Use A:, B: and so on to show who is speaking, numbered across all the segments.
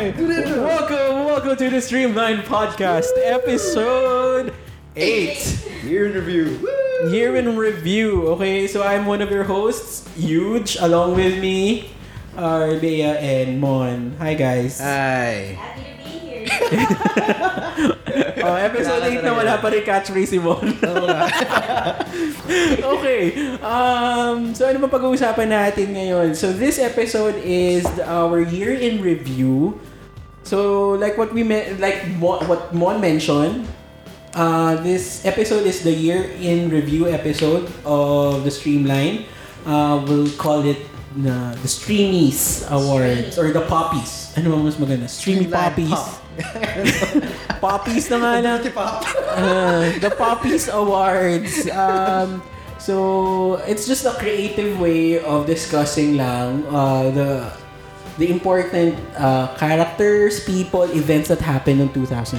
A: Welcome, welcome to the Streamline Podcast, episode 8.
B: Year in review. Woo!
A: Year in review. Okay, so I'm one of your hosts, Huge. Along with me are Leia and Mon. Hi, guys.
B: Hi.
C: Happy to be here.
A: Oh, episode 8 na wala pa rin catchphrase si Mon. okay. Um, so ano ba pag-uusapan natin ngayon? So this episode is our year in review. So like what we me- like Mo- what Mon mentioned, uh, this episode is the year in review episode of the Streamline. Uh, we'll call it na the Streamies Awards or the Poppies. Ano ba mas maganda? Streamy Poppies. Poppies na nga lang.
B: Pop.
A: Uh, the Poppies Awards. Um, so, it's just a creative way of discussing lang uh, the the important uh, characters, people, events that happened in 2015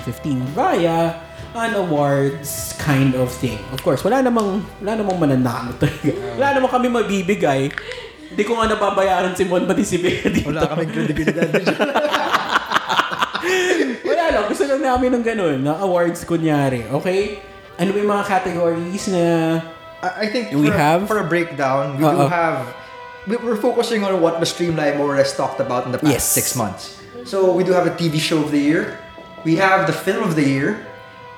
A: via an awards kind of thing. Of course, wala namang, wala namang mananalo talaga. Wala namang kami mabibigay. Hindi ko nga nababayaran si Mon pati si Bea dito.
B: Wala kaming credibility.
A: Wala lang. Gusto lang namin ng ganun. Na awards, kunyari. Okay? Ano ba yung mga categories na...
B: I I think
A: We
B: for,
A: have-
B: for a breakdown, we
A: Uh-oh.
B: do have. we- We're focusing on what the Streamline more or less talked about in the past
A: Yes.
B: six months. So we do have a TV show of the year. We have the film of the year.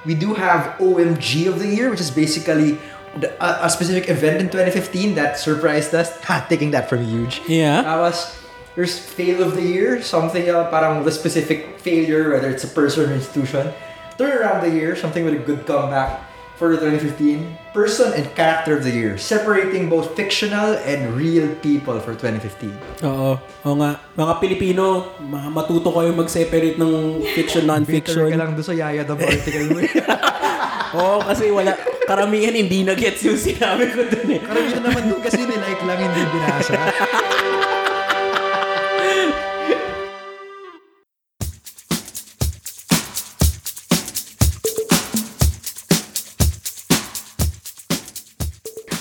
B: We do have OMG of the year, which is basically the, a, a specific event in 2015 that surprised us. Ha, taking that from huge.
A: Yeah.
B: Tapos, there's fail of the year, something uh, parang the specific failure, whether it's a person or institution. Turnaround of the year, something with a good comeback for the 2015. Person and character of the year, separating both fictional and real people for 2015.
A: Oo. Oo nga. Mga Pilipino, mga matuto kayo mag-separate ng fiction,
B: Picture ka
A: non-fiction.
B: lang doon sa yaya the political mo.
A: Oo, kasi wala. Karamihan hindi na-gets yung sinabi ko dun eh.
B: Karamihan naman doon kasi nilike lang, hindi binasa.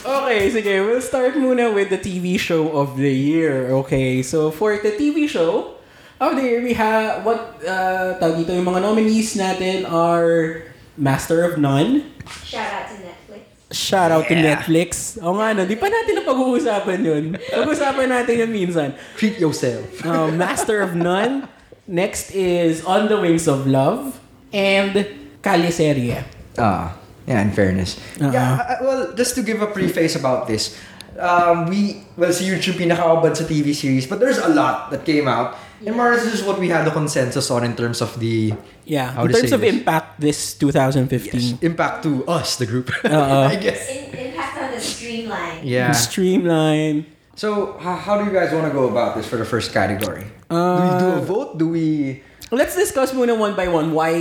A: Okay, sige. We'll start muna with the TV show of the year. Okay, so for the TV show of the year, we have, what, uh, tawag dito, yung mga nominees natin are Master of None,
C: Shout out to Netflix.
A: Shout out to Netflix. O nga, no, di pa natin na pag-uusapan yun. Pag-uusapan natin yun minsan.
B: Treat yourself.
A: Uh, Master of None. Next is On the Wings of Love. And Caliserie.
B: Ah, yeah, in fairness.
A: Uh-uh.
B: Yeah, uh, well, just to give a preface about this, um, we, well, si YouTube pinakakabad sa TV series, but there's a lot that came out. And more or less, this is what we had a consensus on in terms of the
A: Yeah.
B: How
A: In
B: to
A: terms
B: say
A: of
B: this?
A: impact, this 2015.
B: impact to us, the group.
A: Uh-uh.
B: I guess.
C: In, impact on the streamline.
B: Yeah.
A: Streamline.
B: So, h- how do you guys want to go about this for the first category?
A: Uh,
B: do we do a vote? Do we.
A: Let's discuss muna one by one why,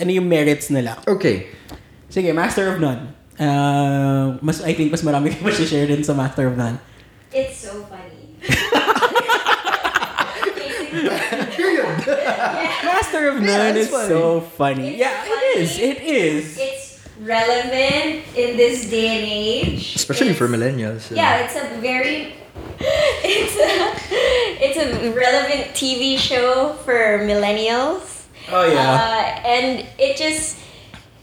A: ano yung merits nila.
B: Okay.
A: Sige, Master of None. Uh, mas, I think mas marami kayo share din sa Master of None.
C: It's so funny.
B: Period.
A: Master of
B: Yeah,
A: None
B: it's
A: is
B: funny.
A: so funny.
C: It's
A: yeah, it
C: funny.
A: is. It is.
C: it's relevant in this day and age.
B: Especially
C: It's-
B: for millennials. uh,
C: Yeah, it's a very it's a it's a relevant TV show for millennials.
A: Oh, yeah.
C: Uh, and it just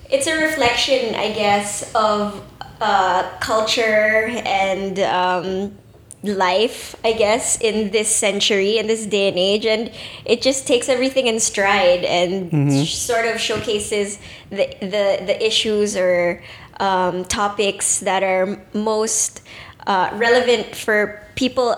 C: it's a reflection, I guess, of uh, culture and um, life, I guess, in this century, in this day and age, and it just takes everything in stride and
A: Mm-hmm.
C: sh- sort of showcases the the, the issues or um, topics that are most uh, relevant for people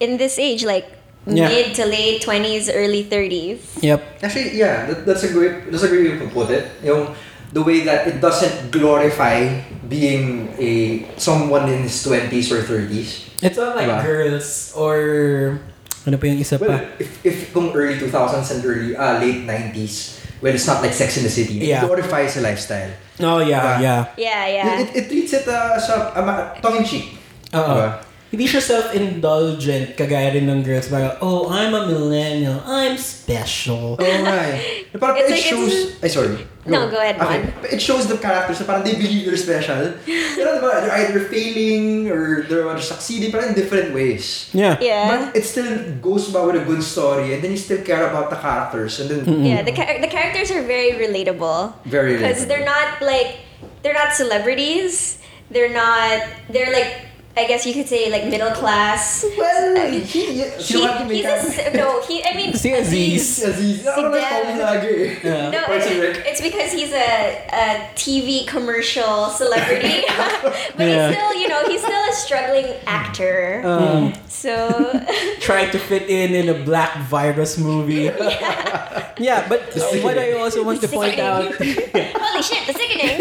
C: in this age, like
A: Yeah.
C: mid to late twenties, early thirties.
A: Yep.
B: Actually, yeah, that, that's a great that's a great way to put it. Yung the way that it doesn't glorify being a someone in his twenties or thirties.
A: It's not like
B: Diba?
A: girls or ano pa yung isa
B: Well,
A: pa?
B: if if kung early two thousands and early uh, late nineties, when it's not like Sex in the City,
A: Yeah.
B: it glorifies a lifestyle.
A: Oh yeah,
B: Diba?
A: yeah.
C: Yeah, yeah.
B: It, it, it treats it uh, as a, a tongue in cheek.
A: Oo. hindi siya self-indulgent kagaya rin ng girls. Parang, oh, I'm a millennial. I'm special.
B: Alright. eh. Parang
C: It's
B: it
C: like it's-
B: shows... Ay, sorry.
C: No, go ahead, Mon.
B: It shows the characters na parang they believe they're special. Pero diba, they're either failing or they're either succeeding, parang in different ways.
A: Yeah.
C: Yeah.
B: But it still goes by with a good story and then you still care about the characters and then...
A: Mm-hmm. mm.
C: Yeah, the, char- the characters are very relatable.
B: Very
C: Because
B: relatable.
C: they're not like, they're not celebrities. They're not, they're like, I guess you could say like middle class.
B: Well, he...
C: He,
B: Sino ka
C: uh, he's a, s- no, he, I mean,
A: Si Aziz.
B: Aziz. Ano na
C: Dan.
B: yung lagi eh.
A: Yeah.
C: No,
B: Parts
C: it's,
B: of it.
C: it's because he's a, a TV commercial celebrity. but
A: Yeah.
C: he's still, you know, he's still a struggling actor.
A: Um,
C: so,
A: trying to fit in in a black virus movie. Yeah, but what I also want to point out,
C: holy shit, the sickening.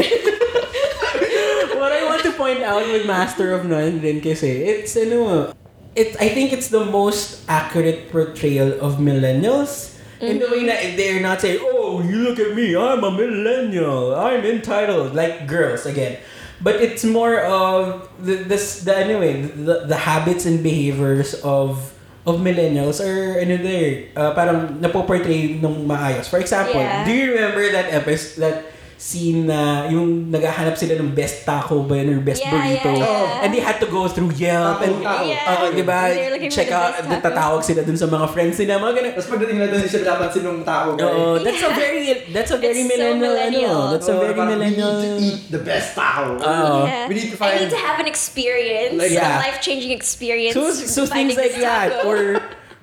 A: what I want to point out with Master of None din kasi, it's ano, it, I think it's the most accurate portrayal of millennials. In the way that they're not saying, oh, you look at me, I'm a millennial, I'm entitled, like girls again. But it's more of the this the anyway the, the habits and behaviors of of millennials are ano there uh, parang napoportray nung maayos. For example,
C: Yeah.
A: do you remember that episode that scene na yung naghahanap sila ng best taco ba yun or best
C: Yeah,
A: burrito Oh,
C: yeah,
B: yeah.
A: and they had to go through Yelp and
B: Tao, tao.
C: Yeah.
A: Oo, Uh, di ba?
C: They're looking for
A: Check
C: the
A: out,
C: best taco.
A: tatawag sila dun sa mga friends nila, mga ganun.
B: Tapos pagdating na doon, hindi siya napansin ng tao. guys.
A: Oo, that's a
C: Yeah.
A: very, that's a very
C: It's so
A: millennial,
C: millennial.
A: ano, that's a
B: Oo,
A: very
B: parang,
A: millennial.
B: We need to eat the best tao.
A: Oo.
C: yeah.
B: We need to
C: I
B: find...
C: need to have an experience,
B: Like,
A: Yeah.
C: a life changing experience.
A: So, so
C: finding
A: things like
C: this
A: that.
C: taco.
A: Or,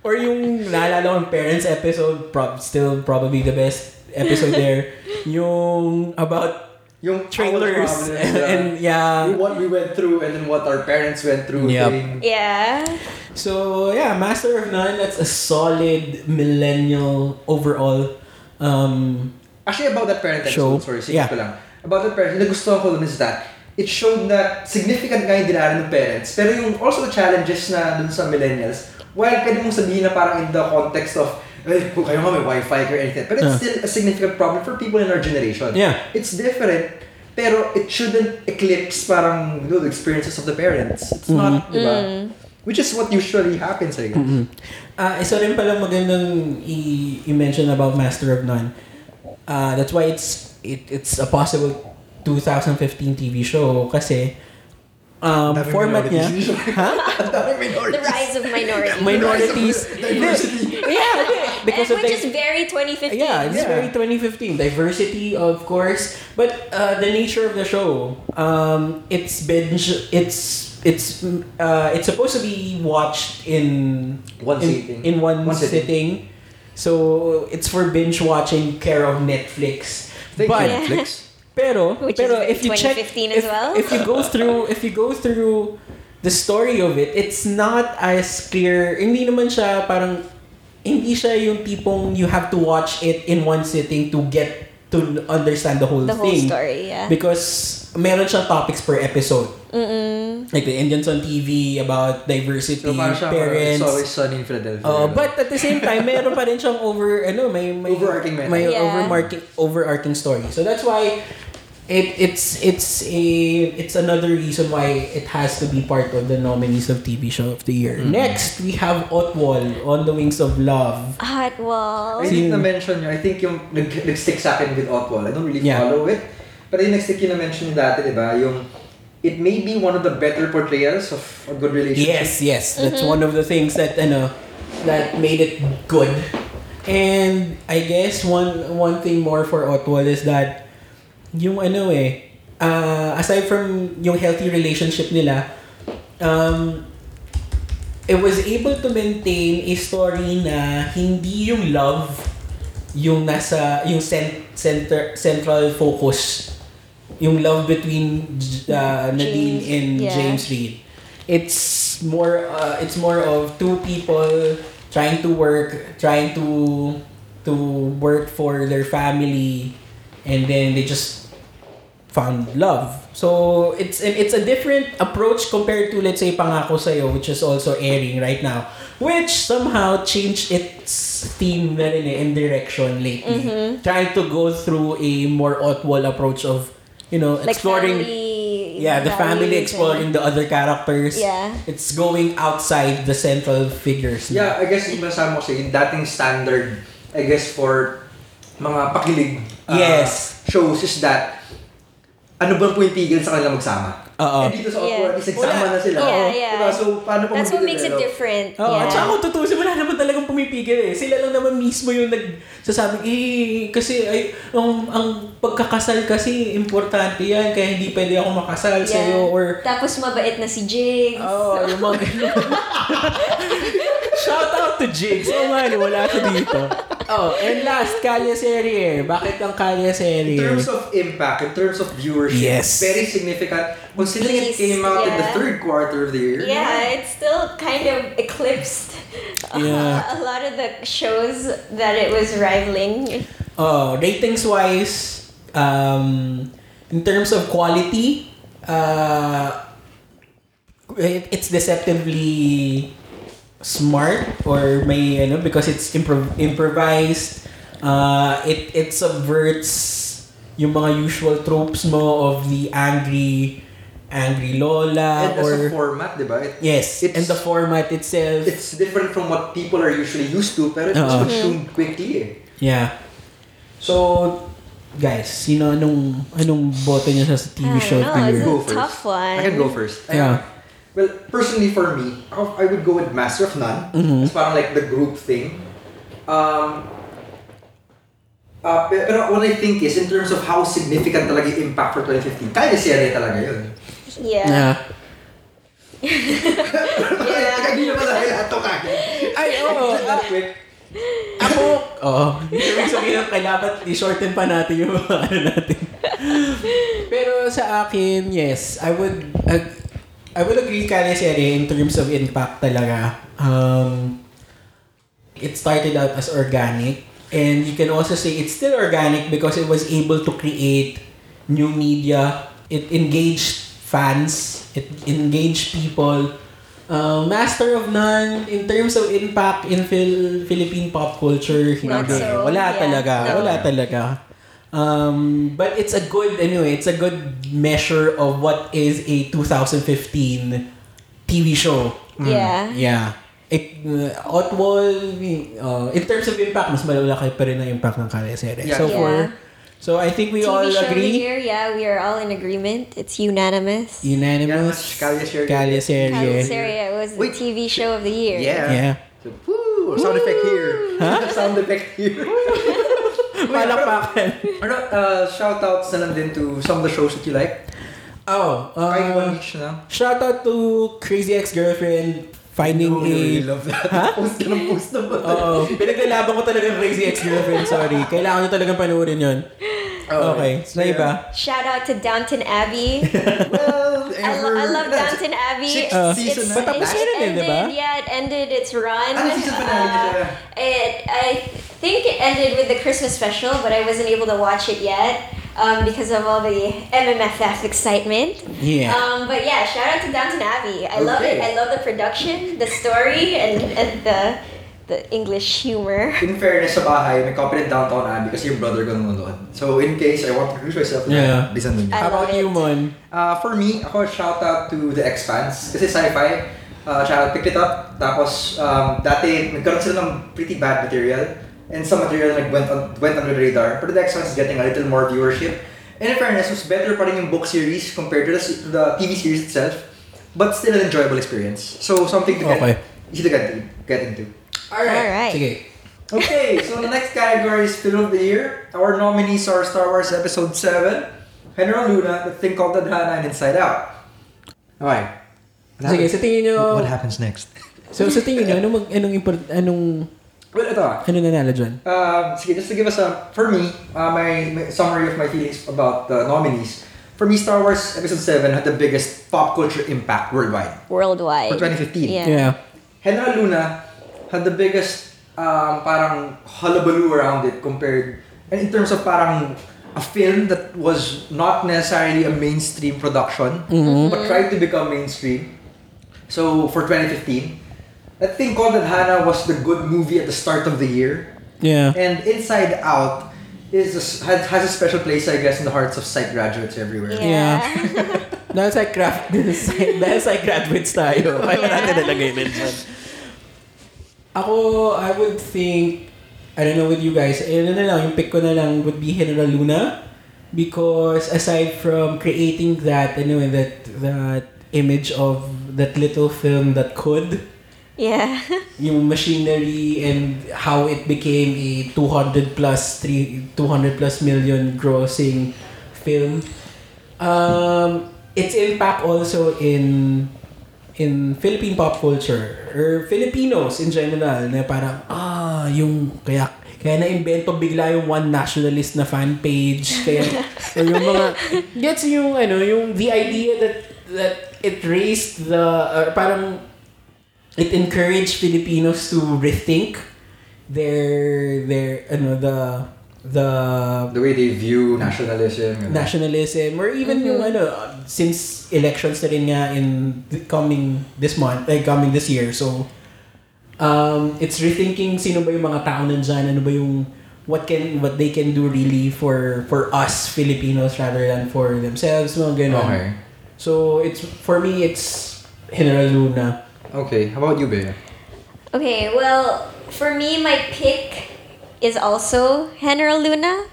A: or yung naalala kong parents episode, prob still probably the best episode there. Yung about
B: yung
A: trailers
B: our problems,
A: and, uh,
B: yeah.
A: yeah.
B: what we went through and then what our parents went through.
A: Yep.
B: during-
C: Yeah.
A: So yeah, Master of None, that's a solid millennial overall. Um,
B: Actually, about that parent
A: Show.
B: episode, sorry, sige
A: Yeah.
B: ko lang. About that parent, yung nagustuhan ko dun is that it showed na significant nga yung dinaanan ng parents, pero yung also the challenges na dun sa millennials, while pwede mong sabihin na parang in the context of eh, kung kayo nga may wifi or anything. But
A: Yeah.
B: it's still a significant problem for people in our
A: Ah.
B: generation.
A: Yeah.
B: It's different, pero it shouldn't eclipse parang you know, the experiences of the parents. It's
A: Mm-hmm.
B: not, di ba? Which is what usually happens, I guess.
A: ah isa rin palang magandang i- i-mention about Master of None. Ah, that's why it's it, it's a possible 2015 TV show kasi um,
B: Daming
A: format niya
B: minorities. Ang daming minorities.
C: The rise of minorities.
A: minorities
B: Diversity.
A: yeah because of
C: and which
A: the-
C: is very 2015.
A: Yeah, it's
B: Yeah.
A: very 2015. Diversity, of course, but uh, the nature of the show, um, it's binge. It's it's mm, uh, it's supposed to be watched in
B: One
A: in,
B: sitting.
A: in one,
B: One
A: sitting.
B: sitting.
A: So it's for binge watching, care of Netflix.
B: Thank
A: but
B: you, Netflix.
A: pero
C: Which
A: pero
C: is
A: if you check
C: 2015
A: if,
C: as well.
A: if you go through if you go through the story of it it's not as clear hindi naman siya parang hindi siya yung tipong you have to watch it in one sitting to get to understand the whole
C: the whole
A: thing
C: story, yeah.
A: because meron siyang topics per episode like the Indians on TV about diversity
B: So, parang siya,
A: parents
B: it's always sunny in Philadelphia.
A: Uh, but at the same time, meron pa rin siyang over, ano, may, may
B: Overarching meta.
A: may
C: Yeah.
A: overmarking, overarching story. So that's why it it's it's a it's another reason why it has to be part of the nominees of TV show of the year.
B: Mm-hmm.
A: Next, we have Otwal on the Wings of Love.
B: I
C: Hot wall.
B: think na-mention nyo, I think yung nag- nag-stick sa akin with Otwal, I don't really
A: Yeah.
B: follow it. Pero yung nag-stick yung na-mention nyo dati, di ba? Yung, it may be one of the better portrayals of a good relationship.
A: Yes, yes, that's one of the things that ano that made it good. And I guess one one thing more for Otwal is that yung ano eh, uh, aside from yung healthy relationship nila, um, it was able to maintain a story na hindi yung love yung nasa yung cen- center central focus yung love between uh, Nadine
C: James,
A: and
C: yeah.
A: James Reed it's more uh, it's more of two people trying to work trying to to work for their family and then they just found love so it's and it's a different approach compared to let's say pangako sayo which is also airing right now which somehow changed its theme na rin eh, and direction lately
C: Mm-hmm.
A: trying to go through a more oddball approach of you know
C: Like
A: exploring
C: family, family.
A: Yeah, the family
C: values
A: exploring the other characters.
C: Yeah.
A: It's going outside the central figures. na.
B: Yeah, I guess yung masama ko sa'yo, yung dating standard, I guess, for mga pakilig uh,
A: Yes.
B: shows is that ano bang pumipigil sa kanila magsama?
A: Oo.
B: And dito sa
C: Yeah.
B: Outward, is nagsama
A: Wala.
B: na sila.
C: Yeah, yeah.
B: Diba? So, paano
C: And That's what makes it
B: magdedevelop?
C: different.
A: Oo,
C: yeah.
A: at saka kung tutusin, wala naman talagang pumipigil eh. Sila lang naman mismo yung nagsasabi, eh, kasi ay, ang, ang pagkakasal kasi importante yan, kaya hindi pwede ako makasal
C: Yeah.
A: sa'yo or
C: Tapos mabait na si Jigs.
A: Oo, oh, yung mga ganun. Shout out to Jigs. Oo nga, no, wala ka dito. Oh, and last, Kaya Serie. Bakit ang Kaya
B: In
A: Serie?
B: terms of impact, in terms of viewership,
A: Yes.
B: very significant. Considering it
C: Please,
B: came out in the
C: yeah.
B: third quarter of the year.
C: Yeah, it's still kind of eclipsed
A: Yeah.
C: a lot of the shows that it was rivaling.
A: Oh, ratings wise, um, in terms of quality, uh, it- it's deceptively smart or may ano because it's improv- improvised. Uh, it it subverts yung mga usual tropes mo of the angry angry lola
B: And as
A: or
B: a format, diba? It,
A: yes
B: it's-
A: and the format itself
B: It's different from what people are usually used to, pero it
A: Oo.
B: was consumed quickly eh.
A: yeah so guys sino anong anong boto niya sa TV show
C: I
A: to
C: don't know,
A: your-
C: it's
B: Go
C: a
B: first.
C: tough one.
B: I can go first. I-
A: Yeah.
B: Well, personally for me, I I would go with Master of None.
A: Mm-hmm.
B: It's parang like the group thing. Um, uh, pe- pero what I think is, in terms of how significant talaga yung impact for 2015, kaya serye talaga yun.
C: Yeah.
A: Yeah.
B: Yeah. Kagino pa talaga lahat to kaya.
A: Ay, oo.
B: Just that quick.
A: Ako, oo. Ibig sabihin, kaya dapat i-shorten pa natin yung mga ano natin. Pero sa akin, yes, I would, ag- I would agree kaya Sere in terms of impact talaga. Um, it started out as organic and you can also say it's still organic because it was able to create new media it engaged fans it engaged people Uh, master of none in terms of impact in Phil- Philippine pop culture hindi
C: Not so,
A: wala
C: yeah.
A: talaga
C: No.
A: wala talaga um, but it's a good anyway it's a good measure of what is a 2015 TV show
C: Yeah.
A: Yeah. It, uh, Otwal, uh, in terms of impact, mas malalaki pa rin ang impact ng Kale Series.
B: Yeah.
A: So
C: Yeah.
A: for, so I think we all
C: TV show
A: agree.
C: here, yeah, we are all in agreement. It's unanimous.
A: Unanimous.
B: Yeah, Kalye Serie.
A: Kalye
C: Kyle
A: Serie.
C: Seria was the
B: Wait.
C: TV show of the year.
B: Yeah.
A: Yeah.
B: So, woo! Sound effect here. Sound effect here.
A: Palakpakan.
B: Ano, uh, shoutouts na lang din to some of the shows that you like.
A: Oh,
B: Kahit
A: uh,
B: one each na.
A: shout out to Crazy Ex-Girlfriend finding
B: Oh, I really
A: a...
B: love that. Post ka ng post na ba?
A: Oo. Pinaglalaban ko talaga yung Crazy Ex-Girlfriend, sorry. Kailangan nyo talagang panuorin yun. Okay.
B: So,
A: Na
B: yeah.
A: iba?
C: Shout out to Downton Abbey.
B: Well,
C: I, lo- I love Downton Abbey.
B: Sixth
C: It's-
B: season
C: it's-
B: na.
A: Patapos na
C: it's
A: rin eh,
C: ended,
A: di ba?
C: Yeah, it ended its run. Uh,
B: Ano season finale na siya?
C: it, I think it ended with the Christmas special, but I wasn't able to watch it yet um, because of all the MMFF excitement.
A: Yeah.
C: Um, but yeah, shout out to Downton Abbey. I love it.
B: Okay.
C: I love the production, the story, and, and the the English humor.
B: In fairness sa bahay, may copy ng Downtown Abbey kasi yung brother ko nanonood. So in case I want to introduce myself,
A: Yeah.
B: listen din niya.
C: I
A: How about
C: love it.
A: you, Mon?
B: Uh, for me, ako shout out to The Expanse kasi sci-fi. Uh, shout out, picked it up. Tapos um, dati nagkaroon sila ng pretty bad material and some material like went, on, went under the radar. Pero The Expanse is getting a little more viewership. And in fairness, was better pa rin yung book series compared to the, se- the TV series itself. But still an enjoyable experience. So something to get,
A: Okay.
B: easy to get, get into.
C: All right.
A: Sige.
B: Okay, so the next category is Film of the Year. Our nominees are Star Wars Episode 7, Henry Luna, The Thing Called Adhana, and Inside Out. Okay. What
A: Sige, sa tingin nyo...
B: what happens next?
A: So sa tingin niyo, anong mag, anong import, anong
B: Well, ito ah.
A: ano nanalo dyan?
B: Um, sige, just to give us a, for me, uh, my, my summary of my feelings about the nominees. For me, Star Wars Episode 7 had the biggest pop culture impact worldwide
C: Worldwide.
B: for 2015.
C: Yeah.
A: Yeah.
B: Henry Luna had the biggest um, parang hullabaloo around it compared and in terms of parang a film that was not necessarily a mainstream production but tried to become mainstream. So for 2015, that thing called Hannah was the good movie at the start of the year,
A: Yeah.
B: and Inside Out is a s has, has a special place I guess in the hearts of psych graduates everywhere.
C: Yeah.
A: Dahil sa craft, dahil sa graduates tayo, kaya
C: Yeah.
A: natin nalagay din dyan. Ako, I would think, I don't know with you guys, eh, ano na lang, yung pick ko na lang would be General Luna. Because aside from creating that, ano, eh, that, that image of that little film that could,
C: Yeah.
A: yung machinery and how it became a 200 plus three 200 plus million grossing film um its impact also in in Philippine pop culture or Filipinos in general na parang ah yung kaya kaya na-invento bigla yung one nationalist na fan page kaya or yung mga gets yung ano yung the idea that that it raised the or parang it encouraged Filipinos to rethink their their ano the the
B: The way they view nationalism. and-
A: nationalism or even yung ano since elections na rin nga in th- coming this month like coming this year so um it's rethinking sino ba yung mga tao nandyan ano ba yung what can what they can do really for for us Filipinos rather than for themselves mga ganun
B: Okay.
A: so it's for me it's General Luna
B: Okay. How about you, Bea?
C: Okay, well, for me, my pick is also Henra Luna.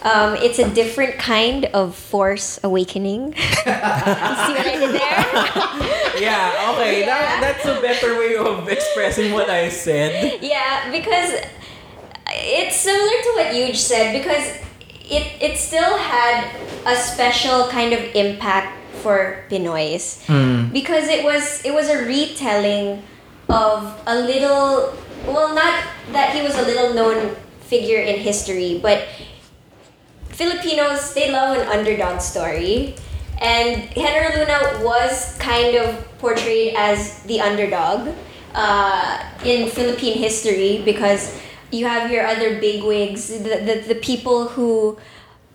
C: Um, it's a different kind of force awakening. you see what I did there?
A: Yeah, okay. That, that's a better way of expressing what I said.
C: Yeah, because it's similar to what Yuge said because it it still had a special kind of impact for Pinoys. because it was it was a retelling of a little well not that he was a little known figure in history but Filipinos they love an underdog story and Henry Luna was kind of portrayed as the underdog uh, in Philippine history because you have your other bigwigs the, the, the people who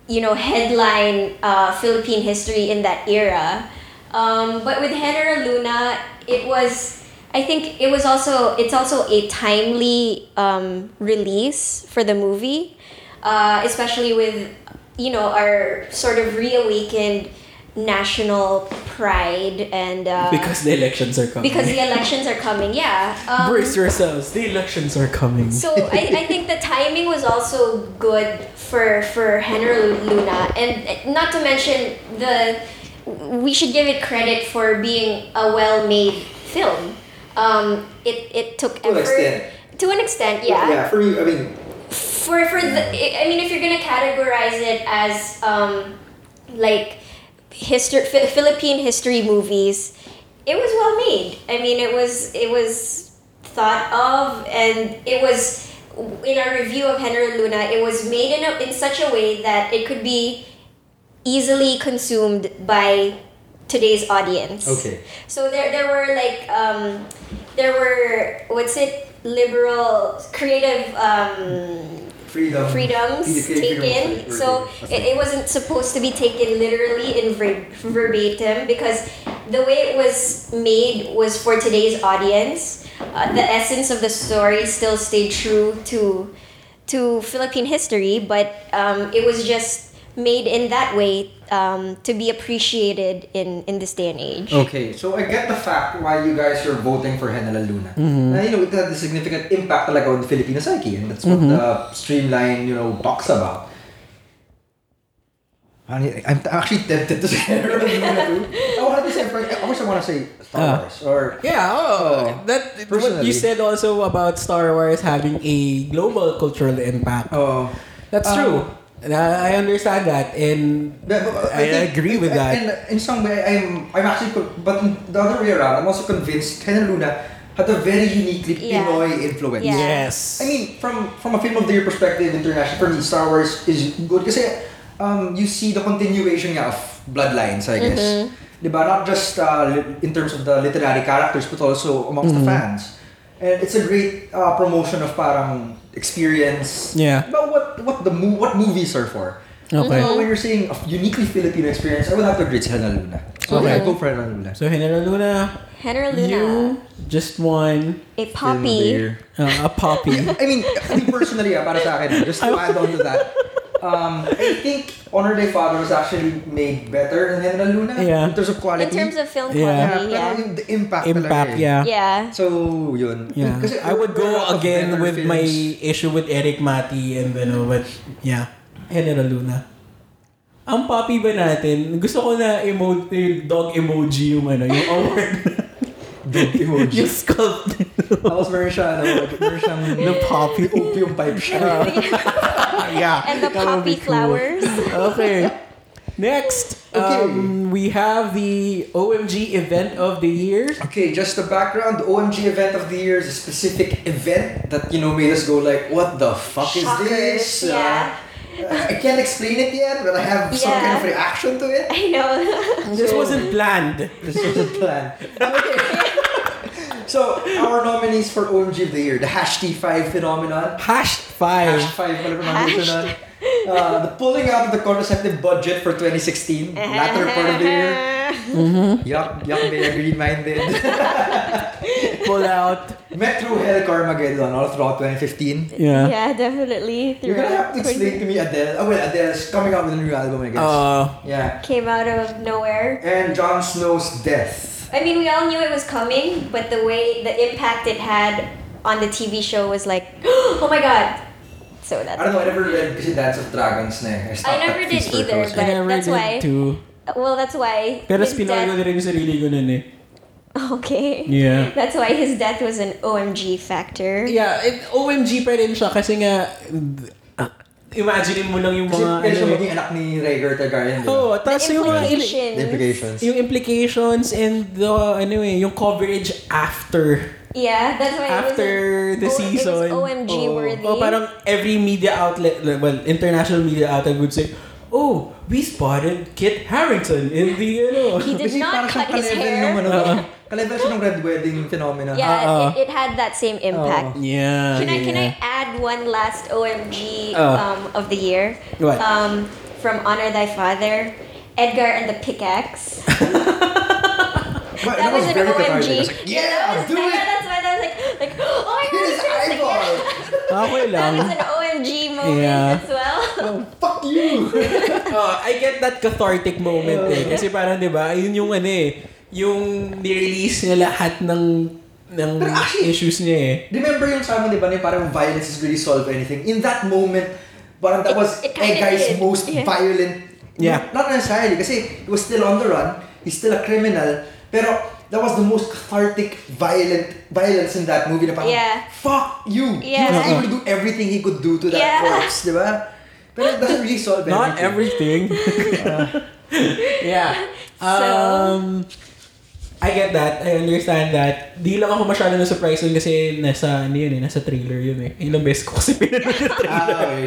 C: you know headline uh, Philippine history in that era um, but with Henry Luna, it was. I think it was also. It's also a timely um, release for the movie, uh, especially with, you know, our sort of reawakened national pride and uh,
A: Because the elections are coming.
C: because the elections are coming. Yeah. Um,
A: Brace yourselves, the elections are coming.
C: so I, I think the timing was also good for for Henry Luna, and eh, not to mention the we should give it credit for being a well-made film. Um, it it took
B: To an
C: effort
B: extent.
C: to an extent, yeah
B: Yeah, for you, I mean,
C: for for the I mean if you're gonna categorize it as um like history F- Philippine history movies, it was well made. I mean it was it was thought of and it was in our review of Henry Luna it was made in a, in such a way that it could be easily consumed by today's audience.
B: okay.
C: So there, there were like um, there were what's it liberal creative um,
B: Freedom.
C: freedoms
B: Freedom- freedom of
C: taken.
B: speech.
C: So it, it wasn't supposed to be taken literally in ver- verbatim because the way it was made was for today's audience. Uh, the essence of the story still stayed true to to Philippine history, but um, it was just made in that way um, to be appreciated in in this day and age.
B: Okay, so I get the fact why you guys are voting for Henela Luna.
A: Mm-hmm.
B: And you know, it had a significant impact talaga on the Filipino psyche. And that's
A: Mm-hmm.
B: what the streamline, you know, talks about. I mean, I'm t- actually tempted to say Henela Luna too. I wanted to say, I wish I want to say
A: Ah.
B: Star Wars or...
A: Yeah, oh,
B: Oh,
A: that what
B: personally.
A: you said also about Star Wars having a global cultural impact.
B: Oh.
A: That's
B: Um,
A: true. And I I understand that, and
B: But- but
A: I
B: think-
A: agree with that.
B: uh, And in some way, I'm, I'm actually, con- but the other way around, I'm also convinced Henela Luna had a very uniquely
C: Yeah.
B: Pinoy influence.
C: Yeah.
A: yes,
B: I mean, from from a film of the year perspective, international for me, Star Wars is good kasi um, you see the continuation nga of bloodlines, I guess.
A: Mm-hmm.
B: Diba? Not just uh, li- in terms of the literary characters, but also amongst the
A: Mm-hmm.
B: fans. And it's a great uh, promotion of parang experience.
A: Yeah.
B: About what what the mo- what movies are for.
A: Okay.
B: So when you're saying a uniquely Filipino experience, I would have to agree sa Hannah Luna. So
A: Okay.
B: yeah, go for Hannah Luna.
A: so General Luna,
C: Henry Luna.
A: you just won
B: Film of
C: A
B: the
C: poppy.
B: year.
A: uh, a poppy.
B: I mean, I think personally, ah, para sa akin, just to add on to that, Um, I think Honor Day Father was actually made better in Henry Luna
A: Yeah.
B: in terms of quality.
C: In terms of film
A: Yeah.
C: quality,
B: pero
C: yeah.
B: yung the impact,
A: Impact,
B: talaga eh.
A: yeah.
C: Yeah.
B: So, yun.
A: Yeah.
B: Kasi
A: I would
B: there are a
A: go
B: lot of
A: again
B: better
A: with my
B: films.
A: issue with Eric Mati and ano, but yeah. Helena Luna. Ang papi ba natin? Gusto ko na emo yung dog emoji yung ano, yung award.
B: Dog emoji.
A: yung sculpt
B: Tapos meron siya, ano, meron siyang
A: ng papi.
B: opium
A: Uh,
B: pipe siya.
A: yeah.
C: and the
A: That would be
C: poppy
A: cool.
C: flowers.
A: Okay. Next,
B: Okay.
A: um, we have the OMG event of the year.
B: Okay, just the background. The OMG event of the year is a specific event that you know made us go like, "What the fuck is this?"
C: Shockers, yeah.
B: Uh, I can't explain it yet, but I have some
C: Yeah.
B: kind of reaction to it.
C: I know.
A: This
B: So-
A: wasn't planned.
B: This was the plan. Okay. so our nominees for OMG of the year: the hash T5 phenomenon,
A: Hash 5.
B: hash five whatever number ito nun. Uh, the pulling out of the contraceptive budget for 2016, latter part of the year. Yuck, yuck, they are green-minded.
A: Pull out.
B: Metro Hell Carmageddon all throughout 2015.
A: Yeah.
C: Yeah, definitely.
B: You're gonna have to
C: throughout-
B: explain to me Adele. Oh well, Adele's coming out with a new album, I guess.
A: Uh,
B: yeah.
C: Came out of nowhere.
B: And Jon Snow's death.
C: I mean, we all knew it was coming, but the way the impact it had on the TV show was like, oh my god.
B: I
C: So that's.
B: don't know. I never read kasi Dance of Dragons na. eh. I, stopped
C: I never
B: at
C: did
B: Feast for
C: either,
A: I
B: Crows.
C: But
A: never
C: that's
A: did
C: why-
A: too.
C: Well, that's why.
A: Pero
C: his
A: spinoy ko
C: death-
A: na rin yung sarili ko nun eh.
C: Okay.
A: Yeah.
C: That's why his death was an OMG factor.
A: Yeah, it, OMG pa rin siya kasi nga, ah, imagine mo lang yung
B: Kasi
A: mga,
B: pwede siya
A: ano eh.
B: maging anak ni Rhaegar Targaryen. di ba?
A: Oo,
C: The
A: tapos yung mga, ili-
C: implications.
B: The implications.
A: yung implications and the, ano eh, yung coverage after.
C: Yeah, that's why
A: after
C: it
A: the
C: was an-
A: season.
C: It was OMG
A: oh,
C: worthy.
A: Oh, parang every media outlet, like, well, international media outlet would say, Oh, we spotted Kit Harrington in the, ano." you know.
C: he did
B: Kasi
C: not
B: parang siyang
C: cut his
B: kalevel
C: hair.
B: Nung, ano, ah.
A: Oo.
B: kalevel siya ng Red Wedding phenomenon.
C: yeah,
A: Uh-uh.
C: it, it had that same
A: Oh,
C: impact.
A: yeah.
C: Can I can
A: yeah.
C: I add one last OMG
A: Uh.
C: um, of the year?
A: What?
C: Um, from Honor Thy Father, Edgar and the Pickaxe.
B: But
C: That, was, an
B: very cathartic.
C: OMG.
B: I was like,
C: yeah, that was,
B: do
C: I know,
B: it!
C: that's why that was like, like, oh my
B: Hit
C: god,
B: his
C: seriously,
B: eyeball!
A: Okay
C: That
A: lang.
C: was an OMG moment
A: Yeah.
C: as well.
B: Oh, fuck you!
A: Oh, I get that cathartic moment eh. Kasi parang, di ba, yun yung ano eh, yung nirelease niya lahat ng ng
B: Pero actually-
A: issues niya eh.
B: Remember yung sa amin, di ba, na parang violence is really solve anything. In that moment, parang that
C: It-
B: was a
C: it kinda
B: guy's
C: did.
B: most
C: Yeah.
B: violent.
A: Yeah.
B: Not necessarily, kasi he was still on the run. He's still a criminal. Pero that was the most cathartic violent violence in that movie na parang,
C: Yeah.
B: fuck you! He
C: Yeah.
B: was able to do everything he could do to that
C: Yeah.
B: corpse, di ba? Pero it doesn't really solve anything.
A: Not everything. Uh, yeah. Um, I get that. I understand that. Di lang ako masyado na surprise nun kasi nasa ano yun eh, nasa trailer yun eh. Ilang beses ko kasi pinanood yung trailer.
B: Ah, okay.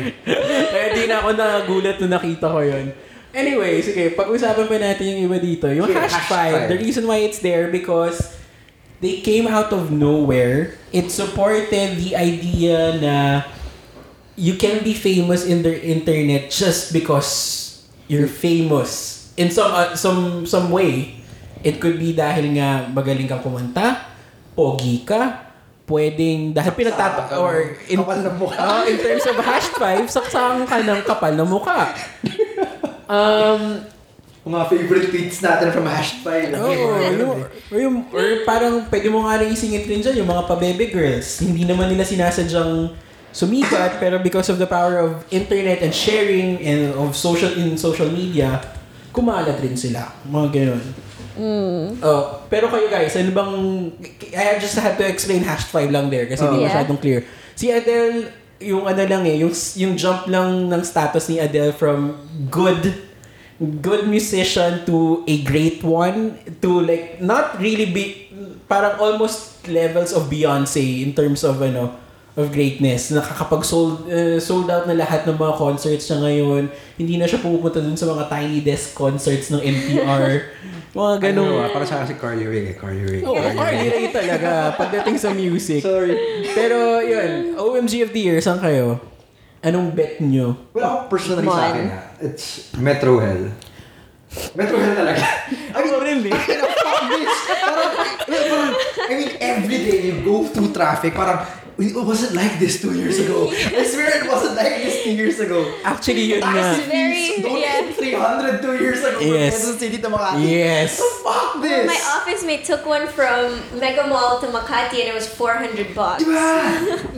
A: Kaya di na ako nagulat nung nakita ko yun. Anyway, sige, pag-usapan pa natin yung iba dito. Yung
B: Sige,
A: hash 5,
B: hash five.
A: the reason why it's there because they came out of nowhere. It supported the idea na you can be famous in the internet just because you're famous in some uh, some some way. It could be dahil nga magaling kang kumanta, pogi ka, pwedeng dahil pinagtata
B: Saksakan
A: or
B: mo. Ah, Kapal ng mukha.
A: Oo, Ah, in terms of hash five, saksakan ka ng kapal na mukha. Um,
B: Yung mga favorite tweets natin from Hash 5.
A: oo, oh, yung, or, yung, or parang pwede mo nga rin isingit rin dyan yung mga pa-baby girls. Hindi naman nila sinasadyang sumikat, pero because of the power of internet and sharing and of social in social media, kumalat rin sila. Mga ganun. Oh, pero kayo guys, ano bang... I just have to explain hash 5 lang there kasi hindi
C: Oh. Yeah.
A: masyadong clear. Si Adele, yung ano lang eh, yung, yung jump lang ng status ni Adele from good good musician to a great one to like not really be parang almost levels of Beyonce in terms of ano of greatness nakakapag sold uh, sold out na lahat ng mga concerts siya ngayon hindi na siya pupunta dun sa mga tiny desk concerts ng NPR mga ganun
B: Para sa akin si Carly Rae. Carly Rae.
A: Oo, Carly Rae talaga pagdating sa music.
B: Sorry.
A: Pero yun, OMG of the year, saan kayo? Anong bet nyo?
B: Well, ako personally sa akin,
C: One.
B: ah, it's Metro Hell. Metro Hell talaga. I mean,
A: really?
B: you know, fuck this. Parang, parang, I mean, every day you go through traffic, parang, it wasn't like this two years ago. I swear it wasn't like this two years ago.
A: Actually, yun
B: Taxi
A: na.
C: Very-
B: fees, don't
C: yeah.
B: hit 300 two years ago from
A: Yes.
B: Quezon City to Makati.
A: Yes. Oh
B: So fuck this.
C: My office mate took one from Mega Mall to Makati and it was 400 bucks.
B: Diba?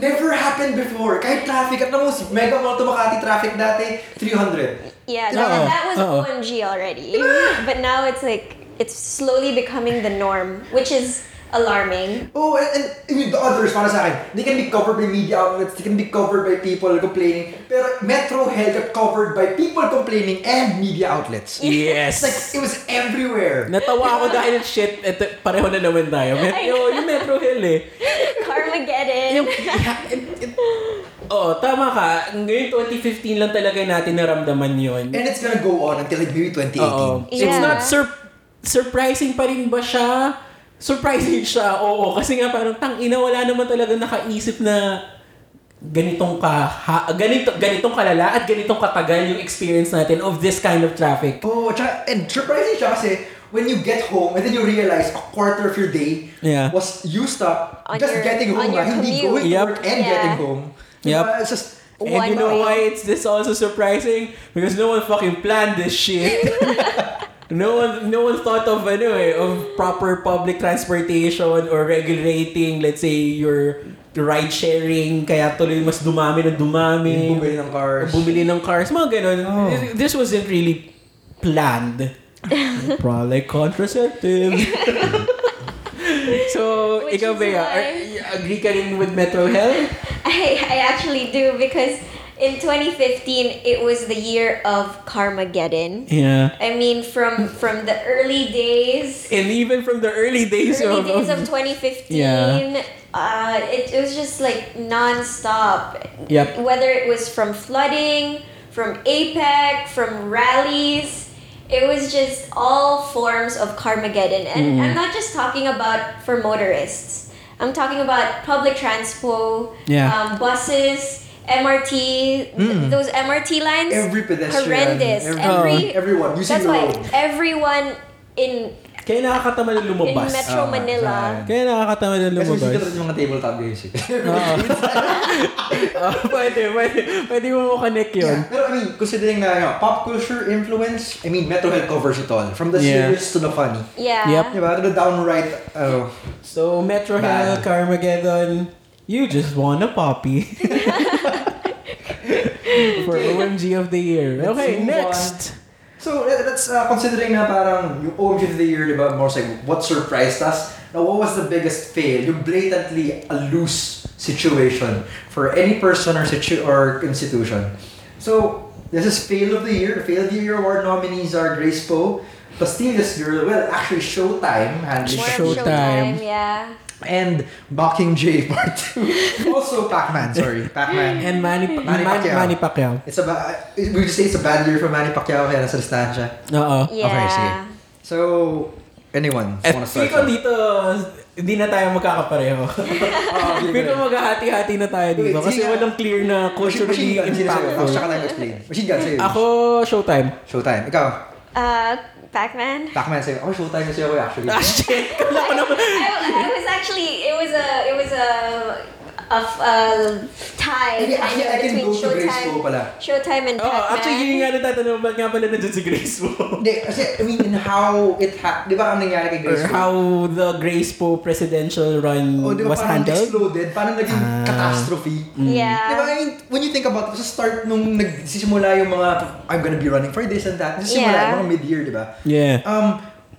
B: Never happened before. Kahit traffic, at the most, mega mall to Makati traffic dati, 300.
A: Yeah.
C: Yeah, that, that was
A: Uh-oh.
C: OMG already. But now it's like, it's slowly becoming the norm, which is alarming.
B: Oh, and, and I mean, the others, para sa akin, they can be covered by media outlets, they can be covered by people complaining, pero Metro held it covered by people complaining and media outlets.
A: Yes.
B: It's like, it was everywhere.
A: Natawa ako dahil shit, eto, pareho na naman tayo. Met-
C: Ay.
A: yung, yung Metro Hill eh. Yung,
C: Carmageddon.
A: yeah, it, it, oh, tama ka. Ngayon 2015 lang talaga natin naramdaman yon.
B: And it's gonna go on until like maybe 2018.
A: Oo. It's
C: Yeah.
A: not sur- surprising pa rin ba siya? Surprising siya, oo. Kasi nga parang tangina, wala naman talaga nakaisip na ganitong ka ha- ganito ganitong kalala at ganitong katagal yung experience natin of this kind of traffic.
B: Oh, tsaka, and surprising siya kasi when you get home and then you realize a quarter of your day
A: Yeah.
B: was used up
C: On
B: just
C: your-
B: getting home,
C: on your
B: ah, hindi
C: commute.
B: going
A: Yep.
B: to work and
C: Yeah.
B: getting home.
A: Yep.
B: Diba? It's just,
A: And you
C: One
A: know why
C: way.
A: it's this also surprising? Because no one fucking planned this shit. no one no one thought of ano eh, of proper public transportation or regulating let's say your ride sharing kaya tuloy mas dumami ng dumami.
B: bumili ng cars.
A: Bumili ng cars, mga ganun.
B: Oh.
A: This wasn't really planned. Probably contraceptive. so,
C: Which
A: ikaw
C: is
A: ba,
C: why-
A: are- agree ka rin with Metro Health?
C: I, I actually do because in 2015, it was the year of Carmageddon.
A: Yeah.
C: I mean, from from the early days,
A: And even from the early days,
C: early
A: of,
C: days
A: of-
C: of 2015,
A: Yeah.
C: uh, it, it was just like non-stop.
A: Yep.
C: Whether it was from flooding, from APEC, from rallies, it was just all forms of Carmageddon. And I'm not just talking about for motorists. I'm talking about public transpo,
A: Yeah.
C: um, buses, MRT, th- those MRT lines.
B: Every pedestrian.
C: horrendous.
B: Every,
C: Every-
B: everyone. Using
C: That's
B: the
C: why
B: road.
C: everyone in
A: Kaya nakakatama na
C: in
A: lumabas.
C: Metro
B: Ah,
C: Manila.
A: Kaya nakakatama na
B: Kasi
A: lumabas.
B: sikat yung mga tabletop games. eh.
A: Oo. Ah, pwede, pwede. Pwede mo connect yun.
B: Yeah, Pero I mean, considering na ano, pop culture influence, I mean, Metro Health covers it all. From the
A: Yeah.
B: serious to the funny.
C: Yeah.
A: Yep.
B: Diba? To the downright, uh,
A: So, Metro Hell,
B: Bad.
A: Carmageddon, you just won a poppy. For OMG of the year.
B: Let's
A: Okay,
B: move
A: next.
B: So that- that's uh, considering na parang yung OMG of the year, di ba, more like what surprised us? Now, what was the biggest fail? Yung blatantly a loose situation for any person or situ or institution. So this is fail of the year. Fail of the year award nominees are Grace Poe, Pastillas Girl, well, actually Showtime, handling
C: More of
A: Showtime.
C: Showtime, yeah.
B: and Mocking Jay Part Two. also Pac-Man, sorry, Pac-Man.
A: And Manny, pa-
B: Manny
A: Man-
B: Pacquiao.
A: Manny Pacquiao.
B: It's a ba- we just say it's a bad year for Manny Pacquiao kaya nasa listahan siya.
A: Oo.
C: Yeah.
B: Okay, sige. So, anyone
A: At
B: wanna start?
A: feel ko dito, hindi na tayo magkakapareho. uh,
B: Oh, okay,
A: Feel ko
B: go ahead.
A: maghahati-hati na tayo dito.
B: Wait,
A: Kasi
B: sige.
A: walang clear na culturally
B: Machine gun, Oh, sino sa'yo? Tapos siya
A: impactful.
B: ka lang explain. Machine gun, sa'yo.
A: Ako, Showtime.
B: Showtime. Ikaw,
C: Uh, Pac-Man.
B: Pac-Man sa'yo. Ako, Showtime sa'yo ako actually.
A: Ah, shit! Kala ko naman.
C: I, I was actually it was a it was a of a tie
B: Actually, I
C: kind of
B: can
C: between
B: go to Grace
C: Showtime,
B: Poe pala.
C: Showtime and
A: Oh,
C: Pac-Man.
A: actually, yun nga natatanong. Ba't nga pala nandun si Grace Mo?
B: Hindi, kasi, I mean, in how it ha... Di ba ang nangyari kay
A: Or
B: Grace Poe?
A: Er, how the Grace Poe presidential run
B: Oh, di ba
A: was
B: parang
A: handled?
B: exploded? Parang naging
A: Ah.
B: catastrophe?
A: Mm.
C: yeah.
B: Di ba, I mean, when you think about it, sa start nung nagsisimula yung mga I'm gonna be running for this and that, nagsisimula
C: Yeah.
B: yung mga mid-year, di ba?
A: Yeah.
B: Um,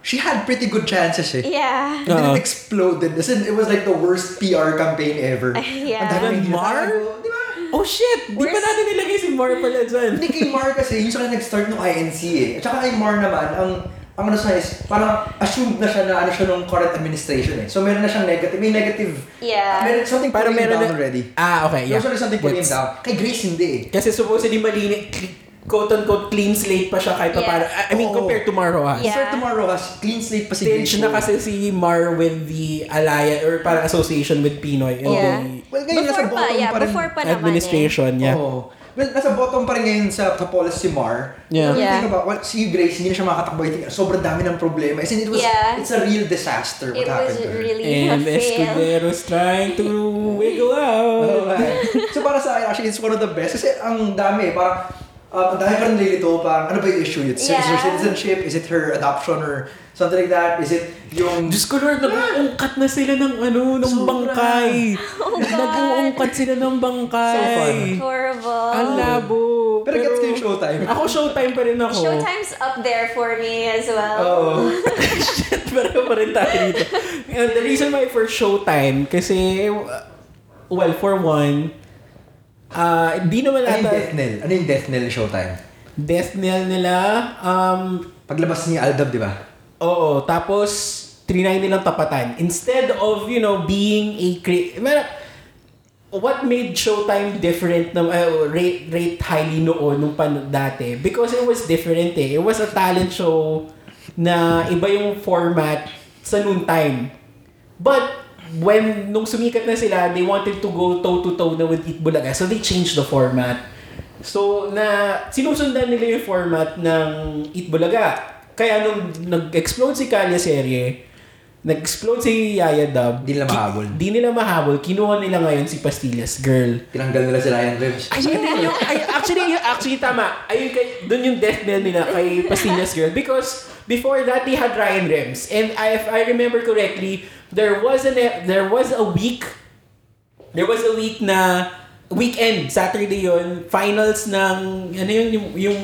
B: she had pretty good chances eh.
C: Yeah.
B: And then
A: Oo.
B: it exploded. As in, it was like the worst PR campaign ever.
C: Yeah.
B: Ang dami
A: Then
B: ng
A: Mar?
B: ginatago. Di ba?
A: Oh shit! Di pa
C: Where's-
A: natin nilagay si Mar pala dyan.
B: Hindi kay Mar kasi, yun siya nag-start ng INC eh. At saka kay Mar naman, ang ang ano siya is, parang assumed na siya na ano siya nung current administration eh. So meron na siyang negative, may negative,
C: Yeah.
B: meron something
A: Para
B: pulling
A: meron
B: down
A: na-
B: already.
A: Ah, okay. Yeah.
B: There's already something pulling
A: Gets.
B: down. Kay Grace hindi eh.
A: Kasi supposedly malinis, cl- quote-unquote clean slate pa siya kahit pa
C: Yeah.
A: paano. I I mean,
B: Oo.
A: compared ah. to Mar Rojas.
C: Yeah.
B: Sir tomorrow has clean slate pa si
A: Stage
B: Grace.
A: na kasi si Mar with the alliance or parang association with Pinoy and
C: Yeah.
A: the
B: Well, ngayon, nasa
C: before pa,
B: bottom
C: yeah,
B: pa rin.
C: before pa naman eh.
A: administration. Yeah.
B: Oh. Well, nasa bottom pa rin ngayon sa, sa Paulus si Mar.
A: Yeah.
B: When you
C: Yeah.
B: think about, well, si Grace, hindi na siya makatakbo. I think sobrang dami ng problema. As in, it was,
C: Yeah.
B: it's a real disaster what
C: It
B: happened
C: was
B: to her.
C: really a
A: And
C: fail.
A: Escudero's trying to wiggle out.
B: Oo nga eh. so para sa akin, actually, it's one of the best. Kasi ang dami, eh, parang, um, ang dami pa rin nililito, parang, ano ba yung issue? It's, Is her
C: Yeah.
B: citizenship? Is it her adoption? Or something like that? Is it yung...
A: Diyos ko Lord, nag-uungkat na sila ng ano, ng
B: Sobra.
A: bangkay.
C: Oh God.
A: Nag-uungkat sila ng bangkay. Ang
C: Horrible.
A: labo.
B: Pero gets ko yung showtime.
A: Ako showtime pa rin ako.
C: Showtime's up there for me as well.
B: Oo.
A: Shit, pareho pa rin tayo dito. And the reason why for showtime, kasi, uh, well, for one, ah, hindi naman
B: ano yung Death
A: ata
B: Knell? Ano yung Death Knell yung showtime?
A: death nail nila. Um,
B: Paglabas ni Aldab, di ba?
A: oo, tapos, trinay nilang tapatan. Instead of, you know, being a cre- Well, what made Showtime different na uh, rate, rate highly noon nung pan dati? Because it was different eh. It was a talent show na iba yung format sa noon time. But when nung sumikat na sila, they wanted to go toe to toe na with Eat Bulaga. So they changed the format. So na sinusundan nila yung format ng Eat Bulaga. Kaya nung nag-explode si Kanya Serye, nag-explode si Yaya Dab.
B: Hindi
A: ki-
B: nila mahabol.
A: Di nila mahabol. Kinuha nila ngayon si Pastillas Girl.
B: Tinanggal nila si Ryan Rims.
A: Ayun din yung, ay, actually, yun- actually tama. Ayun kay, dun yung death knell nila kay Pastillas Girl. Because before that, they had Ryan Rems. And I, if I remember correctly, there was an, e- there was a week, there was a week na weekend, Saturday yon finals ng, ano yun, yung, yung,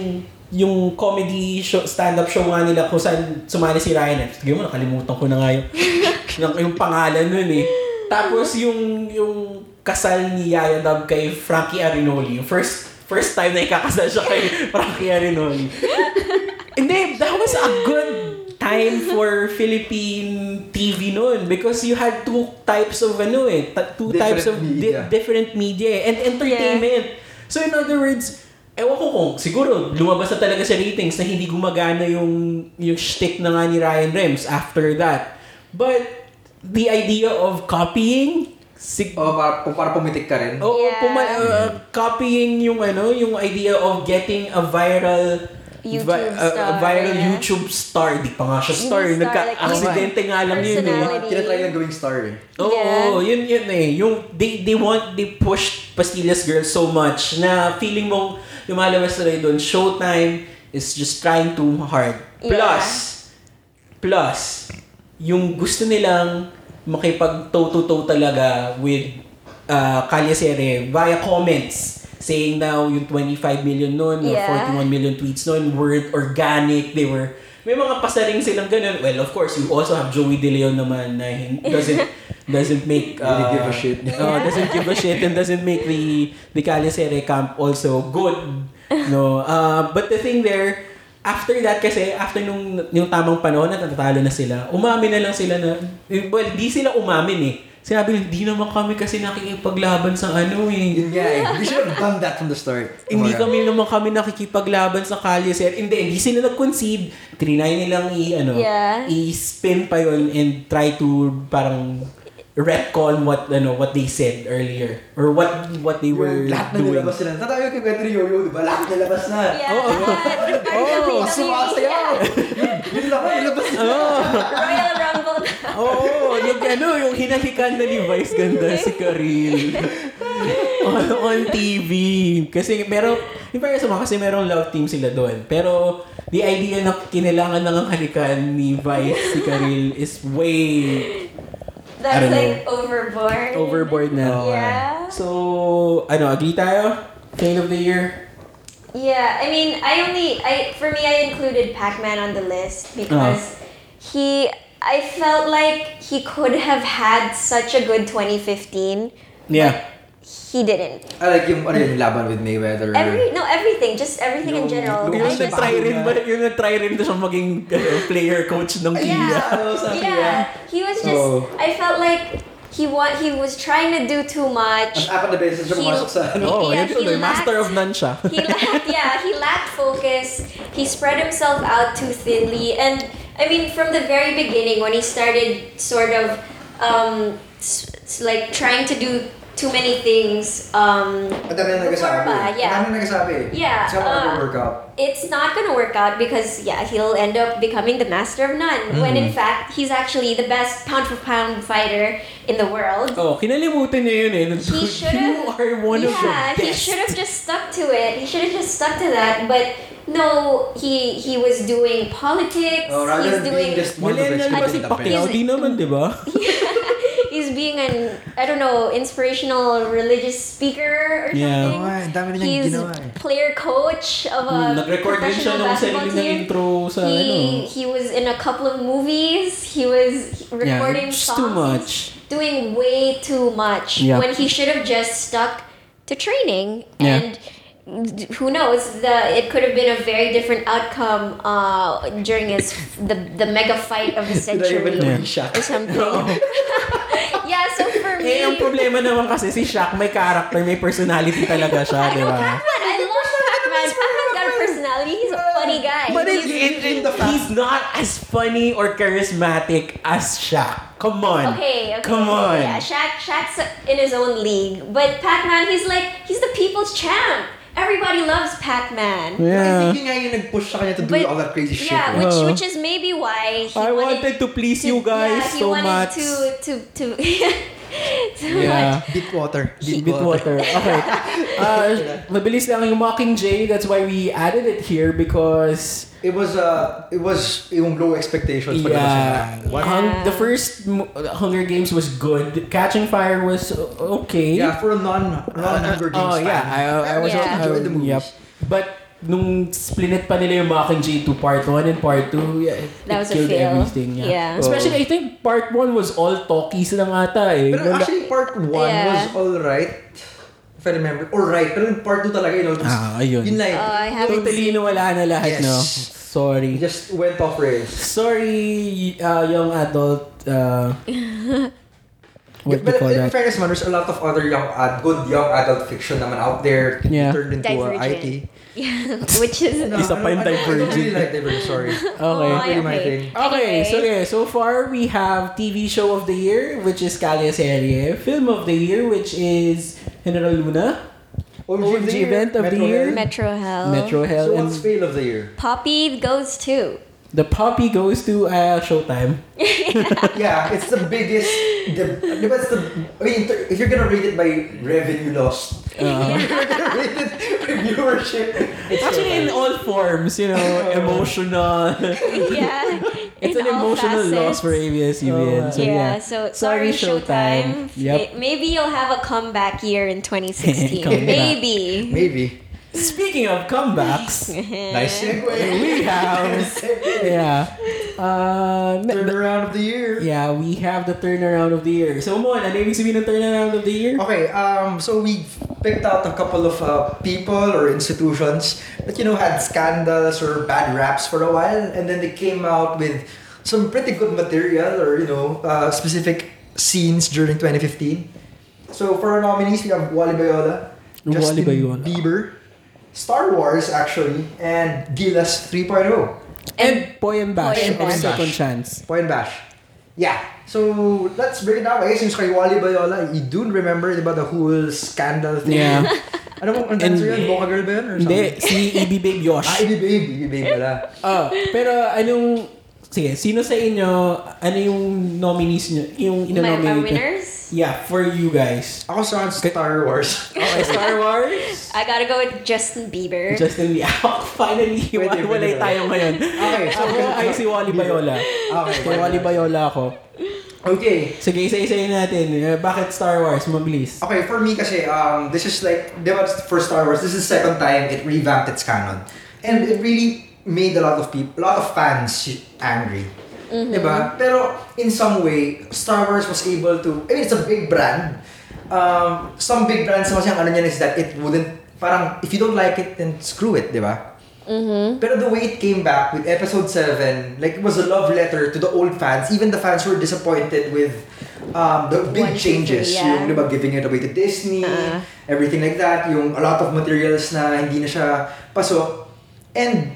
A: yung comedy show, stand-up show nga nila kung saan sumali si Ryan Rems. Sige mo, nakalimutan ko na nga yung, yung, yung pangalan nun eh. Tapos yung yung kasal ni Yaya Dab kay Frankie Arinoli. Yung first first time na ikakasal siya kay Frankie Arinoli. Hindi, that was a good time for Philippine TV noon because you had two types of ano eh, ta- two
B: Different
A: types of di-
B: media.
A: different media eh, and entertainment. So in other words, ewan ko kung siguro lumabas na talaga sa ratings na hindi gumagana yung yung shtick na nga ni Ryan Rems after that. But the idea of copying sig-
B: O, Oh, para, kung para pumitik ka rin.
A: Oo,
C: Yeah.
A: puma- uh, copying yung ano, yung idea of getting a viral
C: YouTube
A: a- a
C: star,
A: viral
C: yeah.
A: YouTube star. Di pa nga siya star.
C: Hindi star,
A: Nagka-aksidente
C: like,
A: nga lang yun eh.
C: personality.
B: Tinatry lang gawing star eh.
A: Oo,
C: Yeah.
A: oo, yun yun eh. Yung, they, they want, they pushed Pastillas Girl so much na feeling mong lumalabas na rin doon, Showtime is just trying too hard.
C: Yeah.
A: Plus, plus, yung gusto nilang makipag toe-to-toe talaga with uh, Kalya Sere via comments saying now yung 25 million noon
C: Yeah.
A: or 41 million tweets noon were organic they were may mga pasaring silang ganun well of course you also have Joey De Leon naman na hin- doesn't doesn't make
B: Really
A: uh,
B: give a shit.
A: uh, doesn't give a shit and doesn't make the the Kalya Sere camp also good no uh, but the thing there after that kasi after nung yung tamang panahon na natatalo na sila umamin na lang sila na eh, well di sila umamin eh sinabi nila, di naman kami kasi nakikipaglaban sa ano eh
B: Yun nga eh. We should have done that from the start.
A: hindi
B: Kumbaga.
A: kami naman kami nakikipaglaban sa Kalye Sir. Hindi, hindi sila nag-concede. Trinay nilang i, ano,
C: Yeah.
A: i-spin pa yon and try to parang retcon what ano what they said earlier or what what they were
B: Yung lahat na
A: doing.
B: nilabas sila. Tatayo kay Pedro Yoyo, di ba? Lahat nilabas na.
C: Yeah.
A: Oo.
C: Oh,
B: sumasayaw. Yun lang, nilabas na.
C: Royal Rumble.
A: Oo, oh, yung ano, yung hinalikan na ni Vice ganda si Karil. on, on TV. Kasi meron, yung parang sama kasi merong love team sila doon. Pero the idea na kinailangan ng halikan ni Vice si Karil is way I
C: That's
A: don't
C: like overboard.
A: overboard na.
C: Yeah.
A: So, ano, agree tayo? Fan of the year?
C: Yeah, I mean, I only I for me I included Pac-Man on the list because he I felt like he could have had such a good 2015.
A: Yeah.
C: He didn't.
B: I like yung, ano yun, yung laban with Mayweather.
C: Every no everything, just everything in general.
A: Yung
B: Yung
C: I just,
A: nag-try rin ba, yung nag-try rin na siya maging ano, player coach ng Kia.
C: yeah,
B: Ano, sabi niya?
C: yeah. He was just
B: Oh.
C: I felt like he wa- he was trying to do too much.
B: Ang apat na beses siya pumasok sa ano.
A: Oo, Oh,
C: Yeah,
A: yun tuloy,
C: he
A: master
C: lacked-
A: of none siya.
C: he lacked yeah he lacked focus he spread himself out too thinly and i mean from the very beginning when he started sort of um s- s- like trying to do too many things um,
B: Madami na nagsasabi.
C: before pa. Yeah.
B: Madami na nagsabi.
C: Yeah,
B: Saka
C: uh,
B: workout.
C: it's not gonna work out because yeah he'll end up becoming the master of none when
A: Mm.
C: in fact he's actually the best pound for pound fighter in the world
A: Oh, kinalimutan niya yun eh.
C: He should've-
A: You are one of the
C: yeah
A: best.
C: he should have just stuck to it he should have just stuck to that but no he he was doing politics
B: Oh, rather
C: he's
B: than being
C: doing
B: just one of the
A: Millennial
B: best,
A: ba
B: he's
A: si
B: the
A: Pacquiao?
C: best.
A: Di naman, di ba?
C: he's being an I don't know inspirational religious speaker or
A: Yeah.
B: Oo nga, ang dami
C: something.
B: nilang
C: He's
B: ginawa eh.
C: player coach of a
A: Mm, Nag-record din siya
C: professional
A: ng
C: basketball
A: sarili ng
C: team.
A: intro sa
C: He
A: ano.
C: he was in a couple of movies. He was recording
A: it's
C: songs.
A: too much.
C: Doing way too much
A: Yeah.
C: when he should have just stuck to training
A: Yeah.
C: and. Who knows? The it could have been a very different outcome uh, during his the the mega fight of the century
B: Nag-ibig
A: Yeah.
B: ng shock.
C: or
A: Oh.
C: something. yeah, so for me,
A: Eh, ang problema naman kasi si Shaq may character, may personality talaga siya, di ba?
C: Pac-Man, I love Pac-Man. Pac-Man's got a personality. He's a funny guy.
A: But
C: He's-
A: it,
B: He's-
A: it-
B: in the fact-
A: he's not as funny or charismatic as Shaq. Come on.
C: Okay, okay.
A: Come on.
C: Yeah, Shaq, Shaq's in his own league. But Pac-Man, he's like, he's the people's champ. Everybody loves
B: I
C: Pac-Man.
A: Yeah.
B: think yun nga yung nag-push sa kanya to do
C: But-
B: all that crazy shit. eh.
C: Yeah, which,
A: Oh.
C: which is maybe why he
A: I
C: wanted
A: wanted to please you
C: yeah,
A: guys
C: he
A: so
C: wanted
A: much.
C: to, to, to, so
A: Yeah.
C: much.
B: Beat water. Beat,
A: Bit water. Okay. Uh, mabilis lang yung Mockingjay. That's why we added it here because
B: It was, uh, it was yung low expectations. pagdating sa
A: Yeah.
B: What?
A: Hung- the first m- Hunger Games was good. Catching Fire was o- okay.
B: Yeah, for a non, non-Hunger Games
A: Oh,
B: fan.
A: yeah. I, I was
C: Yeah.
A: I-
B: Enjoyed the movies.
A: Yep. But nung splinit pa nila yung Mockingjay to part 1 and part 2, yeah, it
C: That was a
A: killed
C: fail.
A: everything. Yeah.
C: Yeah.
A: Especially, I think part 1 was all talkies lang ata eh.
B: Pero
A: Wala-
B: actually, part 1 was
C: Yeah.
B: alright. If I remember. Alright. Pero yung part 2 talaga, you know, just,
A: Ah, ayun.
B: yun lang.
C: Oh, I haven't
A: totally nawala na lahat,
B: Yes.
A: no?
B: It
A: Sorry.
B: just went off rails.
A: Sorry, uh, young adult. Uh, what do
B: but
A: you call
B: in
A: that?
B: fairness man, there's a lot of other young, ad, good young adult fiction naman out there that
A: Yeah.
B: turned into uh,
C: Divergent.
B: IT.
C: Yeah, which is...
B: No,
A: Isa
B: I
A: pa yung
B: don't- I don't- I
A: Divergent.
B: don't really like Divergent, sorry.
A: Okay.
C: Oh,
B: Really my
C: okay.
B: thing.
A: Okay,
C: Anyway.
A: so yeah, so far we have TV show of the year, which is Calle Serie. Film of the year, which is General Luna. OMG
B: year,
A: event of the
B: Metro
A: year.
B: Hell.
C: Metro Hell.
A: Metro Hell.
B: So what's
A: and
B: fail of the year?
C: Poppy goes too.
A: the puppy goes to uh, Showtime.
B: yeah, it's the biggest. The, di ba it's the, I mean, ter- if you're gonna rate it by revenue lost, if you're gonna rate it by viewership, it's
A: Actually, in all forms, you know, emotional.
C: Yeah.
A: it's
C: in
A: an
C: all
A: emotional loss
C: facets.
A: for ABS-CBN.
B: Oh,
A: E so
C: yeah,
A: yeah.
C: so
A: Sorry,
C: sorry,
A: Showtime.
C: Showtime.
A: Yep.
C: May- Maybe you'll have a comeback year in 2016.
A: Comeback.
C: Maybe.
B: Maybe.
A: Speaking of comebacks,
B: Nice segue.
A: we have yeah, uh, ne-
B: Turnaround of the year.
A: yeah, we have the turnaround of the year. So, Mon, ano ibig sabihin ng turnaround of the year?
B: Okay, um, so we picked out a couple of uh, people or institutions that you know had scandals or bad raps for a while, and then they came out with some pretty good material or you know uh, specific scenes during 2015. So for our nominees, we have Wally Bayola,
A: Wally
B: Justin
A: Bayola.
B: Bieber, Star Wars actually, and Gilas 3.0.
A: And Boy and Bash.
C: Boy and
A: our
C: Bash.
A: Second chance.
B: Point bash. Yeah. So let's break it down. I guess yung kay Wally Bayola, you do remember about the whole scandal thing.
A: Yeah.
B: ano bang ang
A: And-
B: dancer yun? Boca girl ba yun? Or
A: Hindi,
B: something?
A: si EB E Babe
B: Ah,
A: Yosh.
B: Ibi Babe. Ibi Babe pala.
A: Ah, pero anong... Sige, sino sa inyo, ano yung nominees nyo? Yung
C: My, my
A: inonominate nyo?
C: winners?
A: Yeah, for you guys.
B: Ako sa Star Wars.
A: Okay, Star Wars.
C: I gotta go with Justin Bieber.
A: Justin Liao. Finally,
B: Pwede,
A: wala
B: pwede,
A: walay
B: pwede.
A: tayo ngayon.
B: Okay, so
A: Ako ay si Wally Bayola.
B: Okay.
A: Kay Wally Bayola ako.
B: Okay.
A: Sige, isa-isayin natin. Eh, bakit Star Wars? Mabilis.
B: Okay, for me kasi, um, this is like, di ba for Star Wars, this is the second time it revamped its canon. And it really made a lot of people, a lot of fans angry. Di ba? Pero in some way, Star Wars was able to, I mean, it's a big brand. Um, some big brands kasi ang ano niyan is that it wouldn't, parang, if you don't like it, then screw it, di ba? Pero the way it came back with episode 7, like it was a love letter to the old fans. Even the fans were disappointed with um, the big
C: One, two,
B: changes.
C: three, yeah.
B: Yung diba, giving it away to Disney,
C: Ah.
B: everything like that. Yung a lot of materials na hindi na siya pasok. And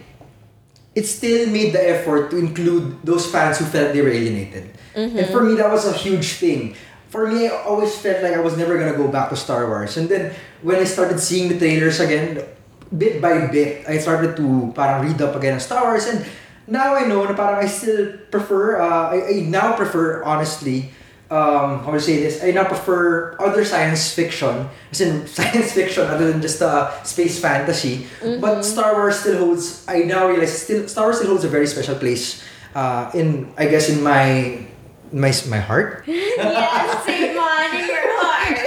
B: it still made the effort to include those fans who felt they were alienated. And for me, that was a huge thing. For for me, I always felt like I was never gonna go back to Star Wars. And then when I started seeing the trailers again, bit by bit, I started to parang read up again on Star Wars. And now I know na parang I still prefer. Uh, I, I now prefer honestly. Um, how to say this? I now prefer other science fiction, as in science fiction other than just uh, space fantasy.
C: Mm-hmm.
B: But Star Wars still holds. I now realize still Star Wars still holds a very special place. Uh, in I guess in my my my heart.
C: yes, Sigmund in your heart.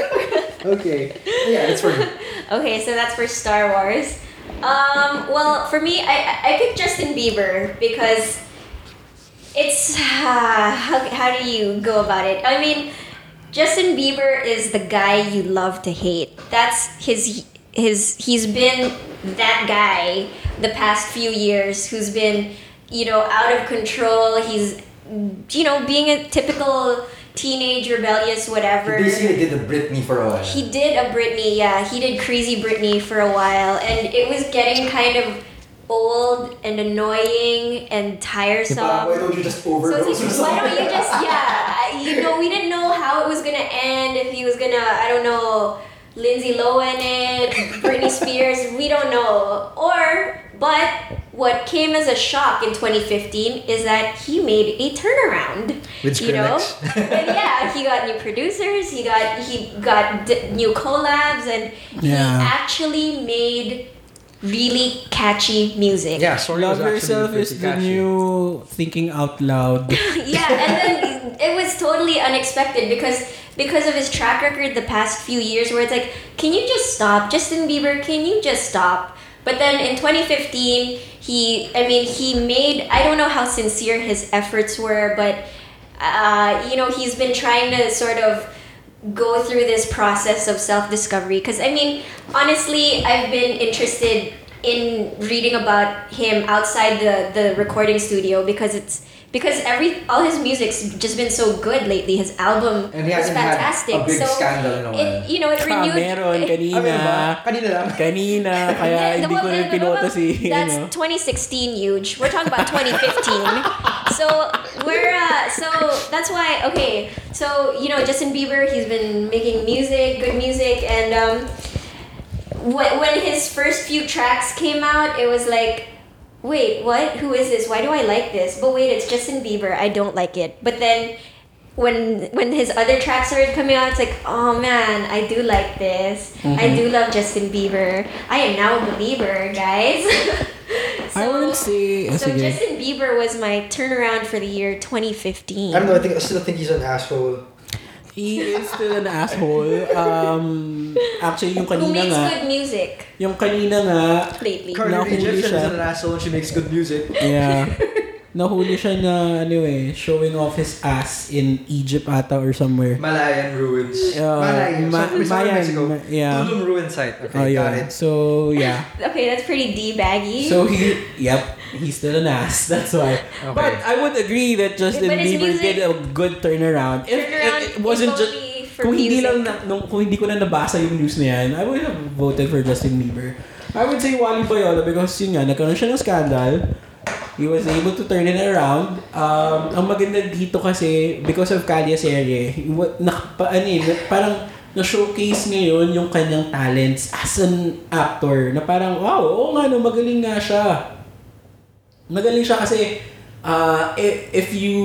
B: Okay. Yeah, it's for me.
C: okay, so that's for Star Wars. Um, well, for me, I, I picked Justin Bieber because it's ah, how, how do you go about it? I mean, Justin Bieber is the guy you love to hate. That's his his he's been that guy the past few years who's been you know out of control. He's you know being a typical teenage rebellious whatever
B: Basically, did the Britney for a while.
C: he did a Britney, yeah. He did Crazy Britney for a while, and it was getting kind of old and annoying
B: Parang,
C: and
B: why
C: tiresome.
B: don't you just
C: So
B: overdose
C: it's
B: or
C: like,
B: something?
C: why don't you just, yeah, I- you know, we didn't know how it was gonna end, if he was gonna, I don't know, Lindsay Lohan it, Britney Spears, we don't know. Or, but what came as a shock in 2015 is that he made a turnaround.
B: With
C: you know?
B: Skrillex.
C: and yeah, he got new producers. He got he got d- new collabs, and he
A: Yeah.
C: actually made really catchy music.
B: Yeah, sorry.
A: Love
B: was actually
A: Yourself is
B: pretty
A: the
B: catchy.
A: new thinking out loud.
C: yeah, and then it was totally unexpected because because of his track record the past few years, where it's like, can you just stop, Justin Bieber? Can you just stop? But then in 2015, he, I mean, he made. I don't know how sincere his efforts were, but uh, you know, he's been trying to sort of go through this process of self discovery. Because, I mean, honestly, I've been interested in reading about him outside the, the recording studio because it's because every all his music's just been so good lately. His album
B: And he
C: was
B: hasn't
C: fantastic.
B: had a big
C: so
B: scandal in a while.
C: it you know it
A: Ah,
C: renewed
A: meron
B: Ah, meron ba?
A: kanina.
B: Kanina lang.
A: Kanina, kaya
C: Yeah,
A: hindi
C: the
A: ko
C: one-
A: rin
C: the- the
A: pinota
C: one-
A: si,
C: That's
A: ano.
C: 2016 huge. We're talking about 2015. so we're uh, so that's why okay. So you know Justin Bieber, he's been making music, good music, and um, when when his first few tracks came out, it was like. Wait, what? Who is this? Why do I like this? But wait, it's Justin Bieber. I don't like it. But then when when his other tracks started coming out, it's like, oh man, I do like this.
A: Mm-hmm.
C: I do love Justin Bieber. I am now a believer, guys. so,
A: I wouldn't say, ah,
C: So
A: sige.
C: Justin Bieber was my turnaround for the year 2015.
B: I don't know. I think I still think he's an asshole.
A: He is still an asshole. Um, actually, yung
C: Who
A: kanina
C: makes
B: uh,
A: nga,
C: good music
A: yung kanina nga,
C: lately?
A: Car- Carly Lee Jepsen siya.
B: is an asshole and she makes good music.
A: yeah, nahuli siya na, ano eh, showing off his ass in Egypt ata or somewhere.
B: Malayan ruins.
A: Yeah,
B: Malayan.
A: Ma-
B: sorry, sorry,
A: Mayan,
B: Mexico.
A: Ma- yeah.
B: Tulum ruin site. Okay,
A: Oh,
B: got
A: yeah.
B: it.
A: So, yeah.
C: Okay, that's pretty d-baggy.
A: So he, yep, he's still an ass. That's why. But uh, I would agree that Justin
C: But his
A: Bieber
C: music-
A: did a good turnaround. If,
C: Turnaround
A: if it wasn't
C: is
A: just
C: only for
A: kung hindi
C: music.
A: lang na, nung, kung hindi ko na nabasa yung news na yan, I would have voted for Justin Bieber. I would say Wally Bayola because yun nga, nagkaroon siya ng scandal. He was able to turn it around. Um, ang maganda dito kasi, because of Calia Serie, wa- na, pa, ano eh, na- parang na-showcase ngayon yung kanyang talents as an actor. Na parang, wow, oo nga, no, magaling nga siya magaling siya kasi uh, if, if you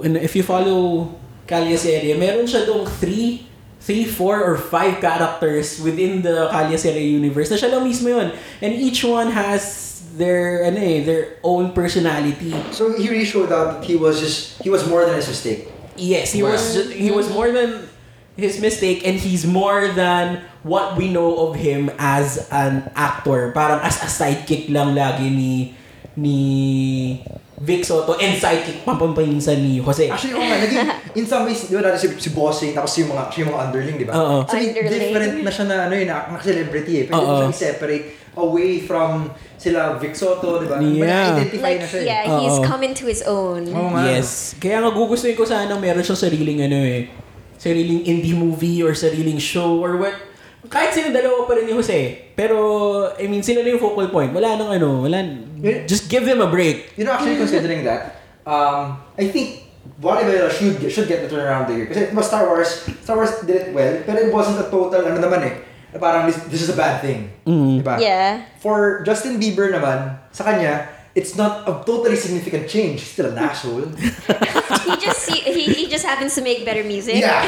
A: ano, if you follow Kalya serie, meron siya doong three, three, four, or five characters within the Kalya serie universe na siya lang mismo yun. And each one has their ano eh, their own personality.
B: So he really showed out that he was just he was more than his mistake.
A: Yes, he was
B: Wow.
A: ju- he was more than his mistake and he's more than what we know of him as an actor. Parang as a sidekick lang lagi ni ni Vic Soto and sidekick pampampinsan ni Jose.
B: Actually, oo nga, naging, in some ways, di ba natin si, si bossing, tapos yung mga, siya yung mga underling, di ba?
A: Oo.
B: So, may
C: Underling.
B: different na siya na, ano yun, na, na celebrity eh. Pwede
A: Oo.
B: mo siya separate away from sila Vic Soto, di ba?
A: Yeah.
B: identify
C: like
B: na siya eh.
C: yeah,
A: eh. Oh.
C: he's
A: Oo.
C: come into his own.
B: Oo nga.
A: Yes. Kaya nga gugustuhin ko sana meron siyang sariling ano eh, sariling indie movie or sariling show or what. Kahit sila dalawa pa rin ni Jose. Pero, I mean, sila na yung focal point. Wala nang
B: Eh,
A: ano, wala. Just give them a break.
B: You know, actually considering that, um, I think Bonnie should get, should get the turnaround of the year. Kasi diba, Star Wars, Star Wars did it well, pero it wasn't a total, ano naman eh, na parang this, this is a bad thing.
A: Mm.
B: Diba?
C: Yeah.
B: For Justin Bieber naman, sa kanya, it's not a totally significant change. He's still an asshole.
C: he just he, he, he just happens to make better music.
B: yeah.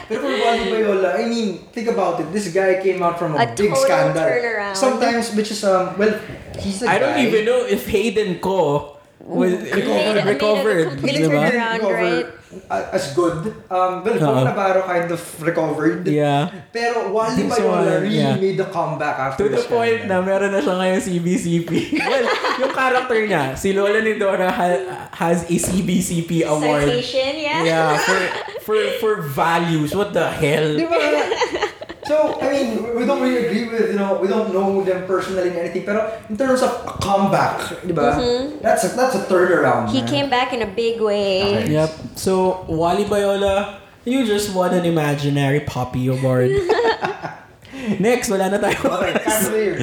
B: Pero for Bonnie Bayola, I mean, think about it. This guy came out from a,
C: A
B: big
C: total
B: scandal.
C: turnaround.
B: Sometimes, which is, um, well, he's a
A: I don't
B: guy-
A: even know if Hayden Ko was
C: Made-
A: recovered. recovered
C: made a complete
A: diba?
C: turnaround. right?
B: uh, as good. Um, well,
A: Uh-huh.
B: Coco Navarro kind of recovered.
A: Yeah.
B: Pero Wally
A: So,
B: Bayola really
A: yeah.
B: made a comeback after
A: To the
B: this
A: point na
B: scandal.
A: meron na siya ngayon CBCP. well, yung character niya, si Lola ni Dora ha- has a CBCP award.
C: Citation, yeah.
A: Yeah, for, for, for values. What the
B: Di
A: hell?
B: ba? So, I mean, we don't really agree with, you know, we don't know them personally and anything, pero in terms of a comeback, di ba? That's, a, that's a turnaround.
C: Mm-hmm. He
B: man.
C: came back in a big way.
B: Okay.
A: Yep. So, Wally Bayola, you just won an imaginary poppy award. Next, wala na tayo.
B: Okay, character of the year.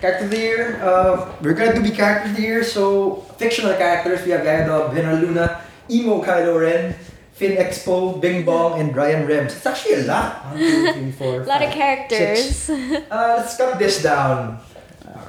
B: Character of the year. Uh, we're going to be character of the year. So fictional characters we have Gaido, Benra Luna, Emo Kylo Ren, Finn Expo, Bing Bong, and Ryan Rems. It's actually a lot. One, two, three, four,
C: A lot of
B: five,
C: characters.
B: six. Uh, let's cut this down.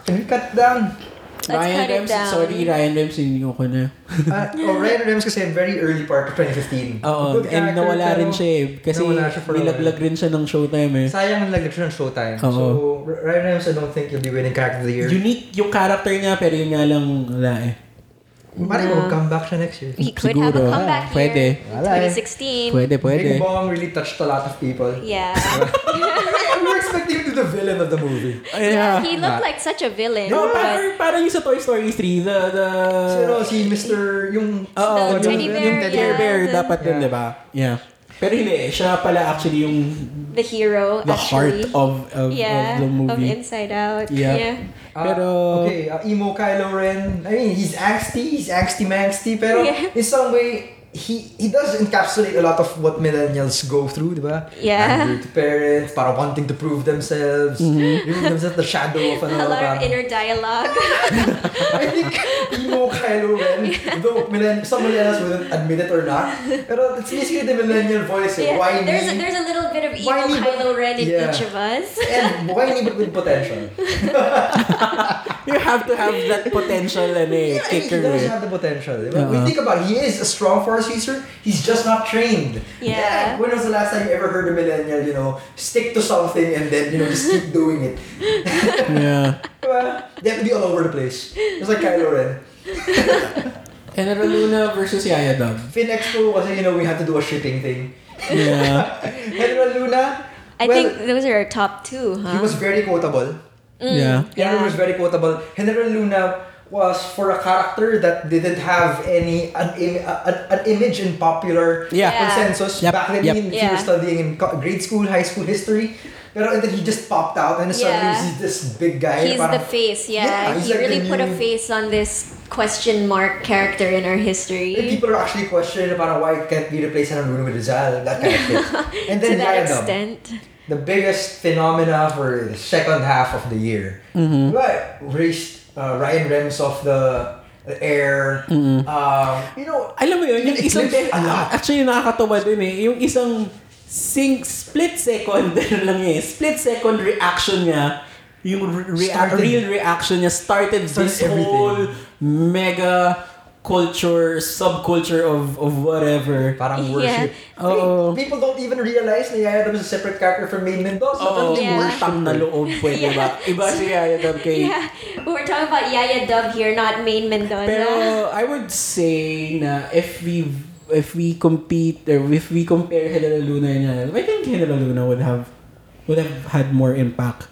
B: Can we cut down?
A: Ryan
C: cut it
A: Rems,
C: down.
A: sorry, Ryan Rems, hindi ko na.
B: Uh, oh, Ryan Rems kasi very early part of 2015.
A: Oo, and
B: Good character,
A: nawala
B: pero
A: rin siya eh. Kasi
B: nawala siya for a while.
A: nilaglag rin siya ng showtime eh.
B: Sayang lang siya ng showtime.
A: Oo.
B: So, R- Ryan Rems, I don't think he'll be winning character of the year.
A: Unique yung character niya, pero yun nga lang wala eh.
B: Mari
C: Yeah.
B: come back siya next year.
C: He could have a
A: Siguro.
C: comeback
A: Ah, pwede.
C: here.
B: Wala eh.
C: 2016.
A: Pwede, pwede.
B: Big Bong really touched a lot of people.
C: Yeah.
B: we were expecting him to be the villain of the movie.
C: yeah.
A: Yeah.
C: He
B: Nah.
C: looked like such a villain.
A: No,
C: but
A: parang, parang yung sa Toy Story 3, the... the
B: Pero si Mr. yung...
A: Oo,
C: The teddy bear,
A: yung
C: yeah,
A: teddy bear
C: the-
A: dapat dun,
B: Yeah.
A: di ba? Yeah. Pero hindi, eh, siya pala actually yung
C: the hero.
A: the heart
C: actually.
A: of of,
C: yeah,
A: of the movie.
C: Inside Out.
A: Yeah.
C: Yeah.
B: Ah,
A: pero
B: okay, ah, emo Kylo Ren. I mean, he's angsty, he's angsty-mangsty, pero
C: Yeah.
B: in some way, he he does encapsulate a lot of what millennials go through, di ba?
C: Yeah.
B: Angry to parents, para wanting to prove themselves, giving themselves the shadow of
C: A
B: another
C: lot of
B: parang-
C: inner dialogue.
B: I think emo Kylo Ren, though millenn- some millennials wouldn't admit it or not, pero it's basically the millennial voice, eh,
C: yeah.
B: whiny,
C: There's a, there's a little bit of evil
B: Whiny, but-
C: Kylo Ren in
B: yeah.
C: each of us.
B: and whiny but with potential.
A: you have to have that potential ano eh,
B: I mean, he
A: kicker
B: does
A: eh.
B: have the potential. di ba?
A: Uh-uh.
B: We think about it, he is a strong force user. He's just not trained.
C: Yeah.
B: When was the last time you ever heard a millennial, you know, stick to something and then you know just keep doing it?
A: Yeah.
B: Diba? They have to be all over the place. Just like Kylo Ren.
A: General Luna versus Yaya Dub.
B: Finn Expo, kasi you know we had to do a shitting thing.
A: Yeah.
B: General Luna.
C: I
B: well,
C: think those are our top two, huh?
B: he was very quotable.
C: Mm.
A: Yeah.
B: General
C: Yeah.
B: was very quotable. General Luna was for a character that didn't have any an, im- an, an image in popular
A: Yeah.
C: Yeah.
B: consensus
A: Yep,
B: back then
A: yep.
B: he- he
C: Yeah.
B: was studying in co- grade school high school history pero and then he just popped out and suddenly
C: Yeah.
B: he's this big guy
C: He's the
B: parang-
C: face, yeah.
B: Yeah, he's
C: he
B: like the
C: really put a
B: new-
C: face on this question mark character in our
B: and
C: history.
B: people are actually questioning parang why can't we replace General Luna with Rizal that kind of thing and
C: to
B: then
C: that
B: Yadam,
C: extent.
B: the biggest phenomena for the second half of the year.
A: Mm-hmm.
B: Right, raised uh, Ryan Rems of the the air.
A: Mm-hmm.
B: Um, you know,
A: Alam mo yun, yung
B: It
A: isang...
B: clips a lot.
A: Actually, nakakatawa din eh. Yung isang sing, split second, ganun lang eh. Split second reaction niya, yung re- rea-
B: Started.
A: real reaction niya started,
B: Started
A: this
B: everything.
A: whole mega culture, subculture of of whatever.
B: parang
C: Yeah.
B: worship.
A: Oo.
B: People don't even realize na Yaya Dab is a separate character from Main Mendoza.
A: Oo,
B: Parang they
C: Yeah.
B: worship
A: utang na
B: her.
A: loob pwede ba? Iba si Yaya Dab kay
C: Yeah, we're talking about Yaya Dub here, not Main Mendoza.
A: Pero I would say na if we if we compete or if we compare Helena Luna and Yana, I think Helena Luna would have would have had more impact.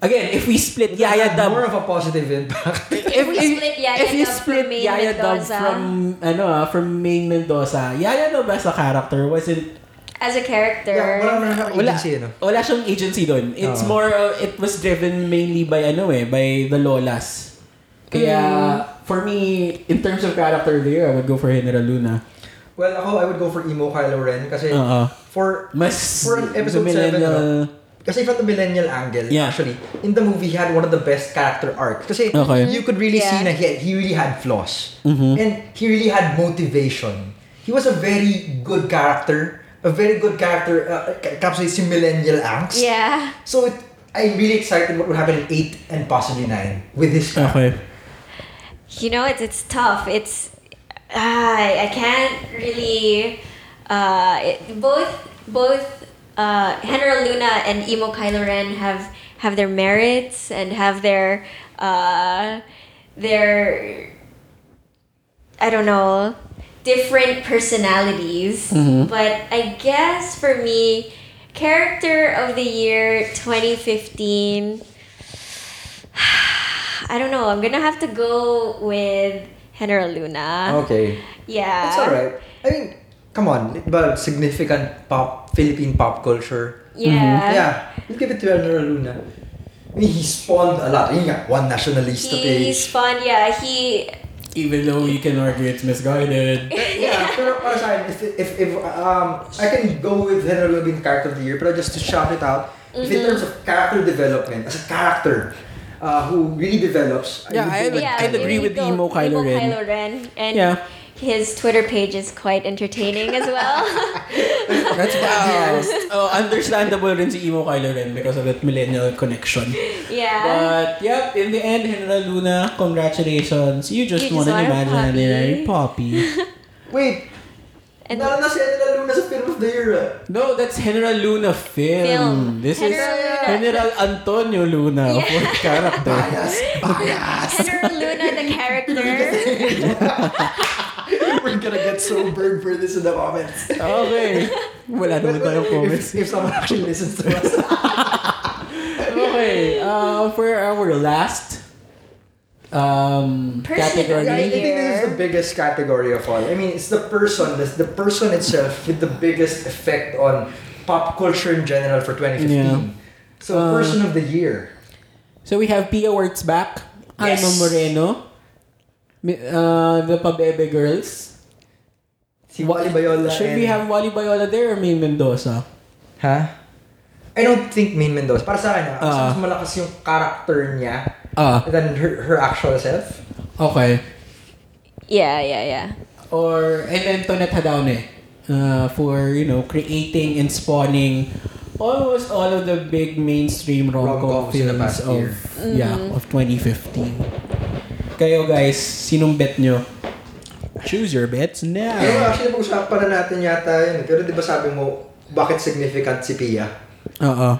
A: Again, if we split Yaya
B: Had More
A: Dub,
B: of a positive impact.
A: if,
C: we split Yaya
A: if you
C: Dab from
A: split
C: Main
A: Yaya Dub
C: Mendoza.
A: from ano ah, from Main Mendoza, Yaya Dub as a character wasn't
C: As a character.
B: yeah, wala na lang
A: wala
B: agency, eh, ano?
A: wala siyang agency doon. It's
B: Oo.
A: more uh, it was driven mainly by ano eh by the lolas. Kaya
B: Mm.
A: for me in terms of character of the year, I would go for General Luna.
B: Well, ako, I would go for Emo Kylo Ren kasi
A: Oo.
B: for
A: Mas
B: For an
A: the
B: episode
A: millennial-
B: Kasi from the millennial angle,
A: Yeah.
B: actually, in the movie, he had one of the best character arcs. Kasi
A: Okay. Mm-hmm.
B: you could really
C: Yeah.
B: see na he, he really had flaws. And he really had motivation. he was a very good character. A very good character. Uh, captures yung millennial angst.
C: Yeah.
B: So it, I'm really excited what will happen in 8 and possibly 9 with this
A: Okay.
B: character.
C: You know, it's it's tough. It's I I can't really. Uh, it, both both uh, Henry Luna and Emo Kylo Ren have have their merits and have their uh, their I don't know different personalities.
A: Mm-hmm.
C: But I guess for me, character of the year 2015. I don't know. I'm gonna have to go with Henry
A: Oh,
C: Luna.
B: Okay.
C: Yeah.
B: It's alright. I mean, come on. But significant pop, Philippine pop culture.
A: Mm-hmm.
C: Yeah.
B: yeah. We'll give it to Elnora Luna. I mean, he spawned a lot. Yun nga, one nationalista
C: He's
B: page.
C: fun. Yeah. He.
A: Even though you can argue it's misguided.
B: Yeah, pero para sa akin, if, if, if, um, I can go with Henry Luna being character of the year, but just to shout it out, if
C: Mm-hmm.
B: in terms of character development, as a character uh, who really develops,
A: Yeah,
B: would
A: I
B: go
A: would-
C: Yeah.
A: I'd agree with
C: maybe go
A: Emo Kylo Ren.
C: Kylo Ren. And
A: Yeah.
C: his Twitter page is quite entertaining as well.
A: That's balanced. oh, understandable rin si Emo Kylo Ren because of that millennial connection.
C: yeah.
A: But, yep, in the end, Henry Luna, congratulations. You just
C: You just
A: won an
C: won a
A: imaginary poppy.
B: Wait,
C: And-
B: and na si Elnora Luna sa film of the year. ah.
A: No, that's General Luna film.
C: Film.
A: um, This is
C: General Luna.
A: General Antonio Luna
C: Yeah.
A: for character.
B: Bias, bias.
C: Henry Luna, the character.
B: We're gonna get so burned for this in the comments.
A: Okay. Wala naman tayong comments.
B: If, if someone actually listens to us.
A: Okay. Uh, for our last um,
C: Person
A: category.
B: Yeah, I think this is
C: Year.
B: the biggest category of all. I mean, it's the person, the, the person itself with the biggest effect on pop culture in general for 2015.
A: Yeah.
B: So,
A: Uh,
B: person of the year.
A: So we have Pia Words back.
B: Yes.
A: Alma Moreno. Mi- Uh, the Pabebe Girls.
B: Si Wally Bayola.
A: Should we
B: and-
A: have Wally Bayola there or May Mendoza?
B: Huh? I don't think Main Mendoza. Para sa akin, ah, mas-
A: Ah.
B: mas malakas yung character niya
A: Ah,
B: than her, her actual self.
A: okay.
C: yeah. Yeah. Yeah.
A: or and then Tonet Hadaone uh, for you know creating and spawning almost all of the big mainstream rom-com
B: Rom-coms in the
A: films
B: past
A: of
B: year.
A: yeah of 2015 kayo guys sinong bet nyo choose your bets now
B: Pero actually, pag-usapan na natin yata yun. Pero di ba sabi mo, bakit significant si Pia?
A: oo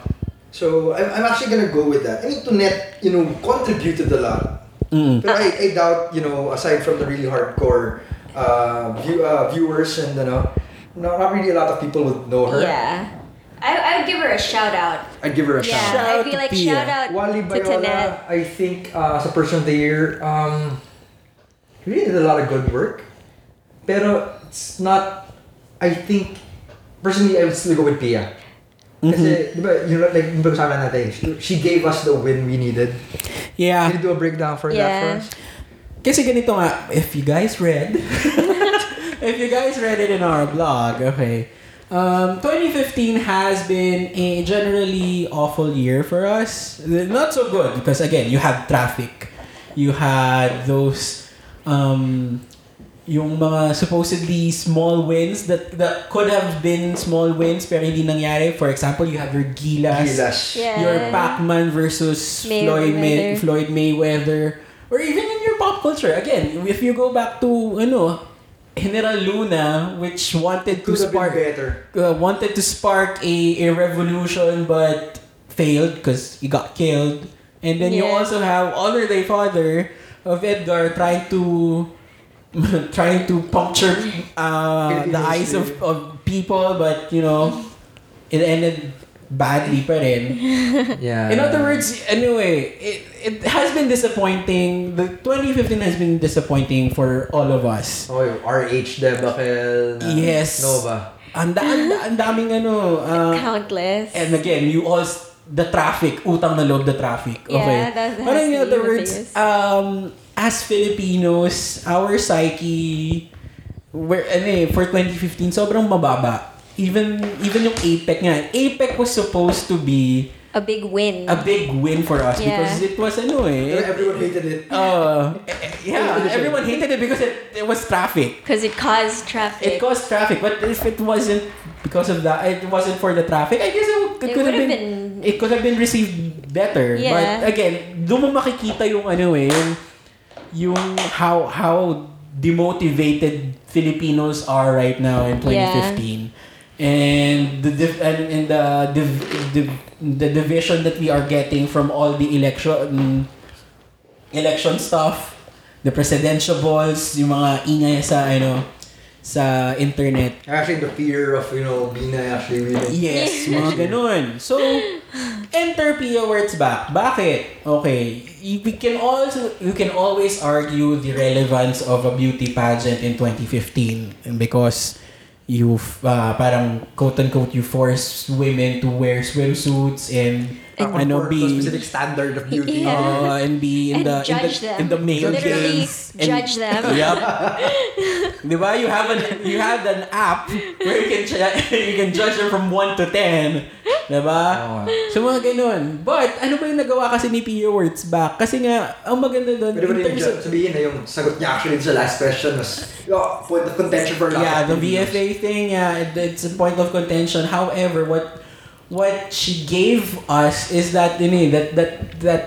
B: So, I'm, I'm actually gonna go with that. I mean, Tonet, you know, contributed a lot.
A: Mm.
B: Pero I, I doubt, you know, aside from the really hardcore uh, view, uh, viewers and, ano, no, not really a lot of people would know her.
C: Yeah. I, I would give her a shout out.
B: I'd give her a
C: Yeah.
B: shout.
A: Shout out
C: I'd
A: to
C: be like,
A: Pia.
C: shout out
B: Wally
C: to Tanet.
B: Bayola, I think, uh, as a person of the year, um, he really did a lot of good work. Pero it's not, I think, personally, I would still go with Pia.
C: Mm-hmm.
B: Kasi, di ba, you know, like, yung pag-usapan natin, she, she gave us the win we needed. Can
A: yeah
B: you do a breakdown for that for
C: Yeah.
B: us?
A: kasi ganito nga if you guys read if you guys read it in our blog okay um, 2015 has been a generally awful year for us. Not so good because again, you had traffic. You had those um yung mga supposedly small wins that that could have been small wins pero hindi nangyari. For example, you have your Gilas,
B: Gilas.
C: Yeah.
A: your Pac-Man versus Floyd, May-
C: Mayweather.
A: Floyd Mayweather or even in your pop culture. Again, if you go back to ano General Luna, which wanted to
B: Could have been
A: spark
B: better.
A: uh, wanted to spark a, a revolution but failed because he got killed. And then you
C: Yeah.
A: also have Honor Day Father of Edgar trying to trying to puncture uh, the
B: Philippine
A: eyes of,
B: history.
A: of people but you know it ended badly pa rin.
B: Yeah.
A: In
B: Uh,
A: other words, anyway, it, it has been disappointing. The 2015 has been disappointing for all of us.
B: Oh, yung RH debacle. na
A: Yes.
B: uh, Nova.
A: Ang da- ang da- ang daming ano uh,
C: Countless.
A: And again, you all the traffic, utang na loob the traffic.
C: Yeah,
A: Okay.
C: that- that
A: Parang in
C: has to be
A: other
C: the
A: words,
C: biggest.
A: um, as Filipinos, our psyche, where, ano eh, for E 2015, sobrang mababa. Even, even yung APEC nga. APEC was supposed to be
C: a big win.
A: a big win for us
C: Yeah.
A: because it was ano eh.
B: Everyone hated it.
A: Uh, yeah,
B: Politician.
A: everyone hated it because it, it was traffic.
C: Because it caused
A: It
C: traffic.
A: caused traffic, but if it wasn't because of that, it wasn't for the traffic. I guess it, would- it
C: It
A: could have
C: would've
A: been,
C: been-
A: it could have been received better.
C: Yeah.
A: But again, doon mo makikita yung ano eh, yung, yung how how demotivated Filipinos are right now in 2015. And the div- and, and the, div, div, the division that we are getting from all the election election stuff, the presidential balls, yung mga ingay sa ano sa internet.
B: Actually, the fear of, you know, being actually really.
A: Yes, mga ganun. So, enter Pia Wertz back. Bakit? Okay, y- we can also you can always argue the relevance of a beauty pageant in 2015 because you uh, parang quote unquote you force women to wear swimsuits and
B: Ako
A: ano
B: for
A: be
B: the specific standard of beauty.
C: Yeah.
A: uh, and be in
C: and
A: the in the,
C: judge them.
A: in the male
C: Literally
A: gaze and-
C: judge them.
A: Yep. Di ba? You have an you have an app where you can ju- you can judge them from 1 to 10. Di ba?
B: Oo.
A: So mga ganun. But ano ba yung nagawa kasi ni Pia Words back? Kasi nga, ang maganda doon,
B: Pero
A: in
B: pwede
A: terms of,
B: yung sabihin na yung sagot niya actually sa last question was, oh, point of contention for a lot
A: yeah,
B: of
A: the
B: Filipinos.
A: VFA thing, yeah, it- it's a point of contention. However, what what she gave us is that, yun eh, that, that, that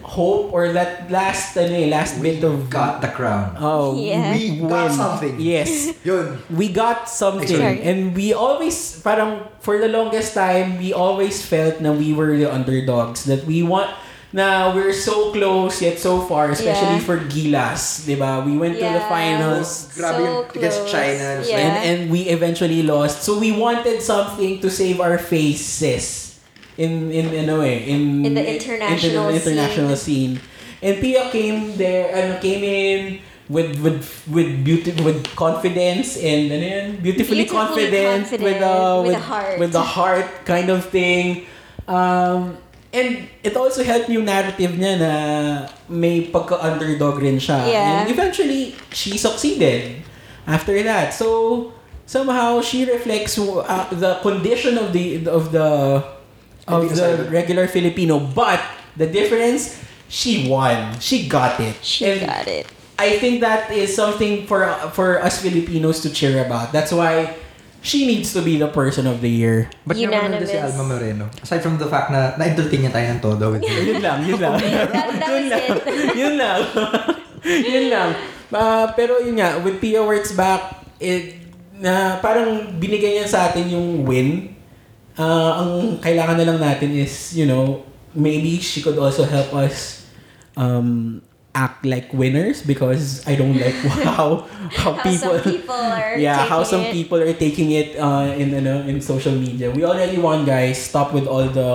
A: hope or that last, ano eh, last
B: We
A: bit of,
B: got the crown.
A: oh,
C: Yeah.
B: We got
A: win.
B: something.
A: Yes.
B: Yun.
A: we got something
C: Sorry.
A: and we always parang for the longest time we always felt na we were the underdogs that we want na we're so close yet so far especially
C: Yeah.
A: for Gilas di ba we went to the
C: Yeah.
A: finals
B: Grabe
C: So
B: yung against
C: close.
B: China. It's
C: Yeah.
B: like-
A: and and we eventually lost so we wanted something to save our faces in in in a way in
C: In the international
A: in the international scene. and Pia came there and came in with with with beauty with confidence and ano yun, beautifully,
C: Beautifully
A: confident,
C: confident,
A: with a
C: with a heart.
A: with the heart kind of thing um and it also helped yung narrative niya na may pagka-underdog rin siya
C: Yeah.
A: and eventually she succeeded after that so somehow she reflects uh, the condition of the of the of
B: Filipino
A: the
B: side.
A: regular Filipino but the difference she won she got it
C: She
A: And
C: got it.
A: I think that is something for for us Filipinos to cheer about that's why she needs to be the person of the year
B: But naman
C: Unanimous.
B: si Alma Moreno. Aside from the fact na na-entertain niya tayo ng todo with
A: yun
B: you.
A: lang, yun lang.
C: That- that was
A: yun lang. yun lang. yun lang. Ah, pero yun nga, with Pia Words back, it, na parang binigay niya sa atin yung win. Ah, ang kailangan na lang natin is, you know, maybe she could also help us um, act like winners because I don't like how how,
C: How
A: people
C: some people are
A: yeah, how
C: taking
A: some
C: it.
A: people are taking it uh, in ano, in social media. We already won, guys. Stop with all the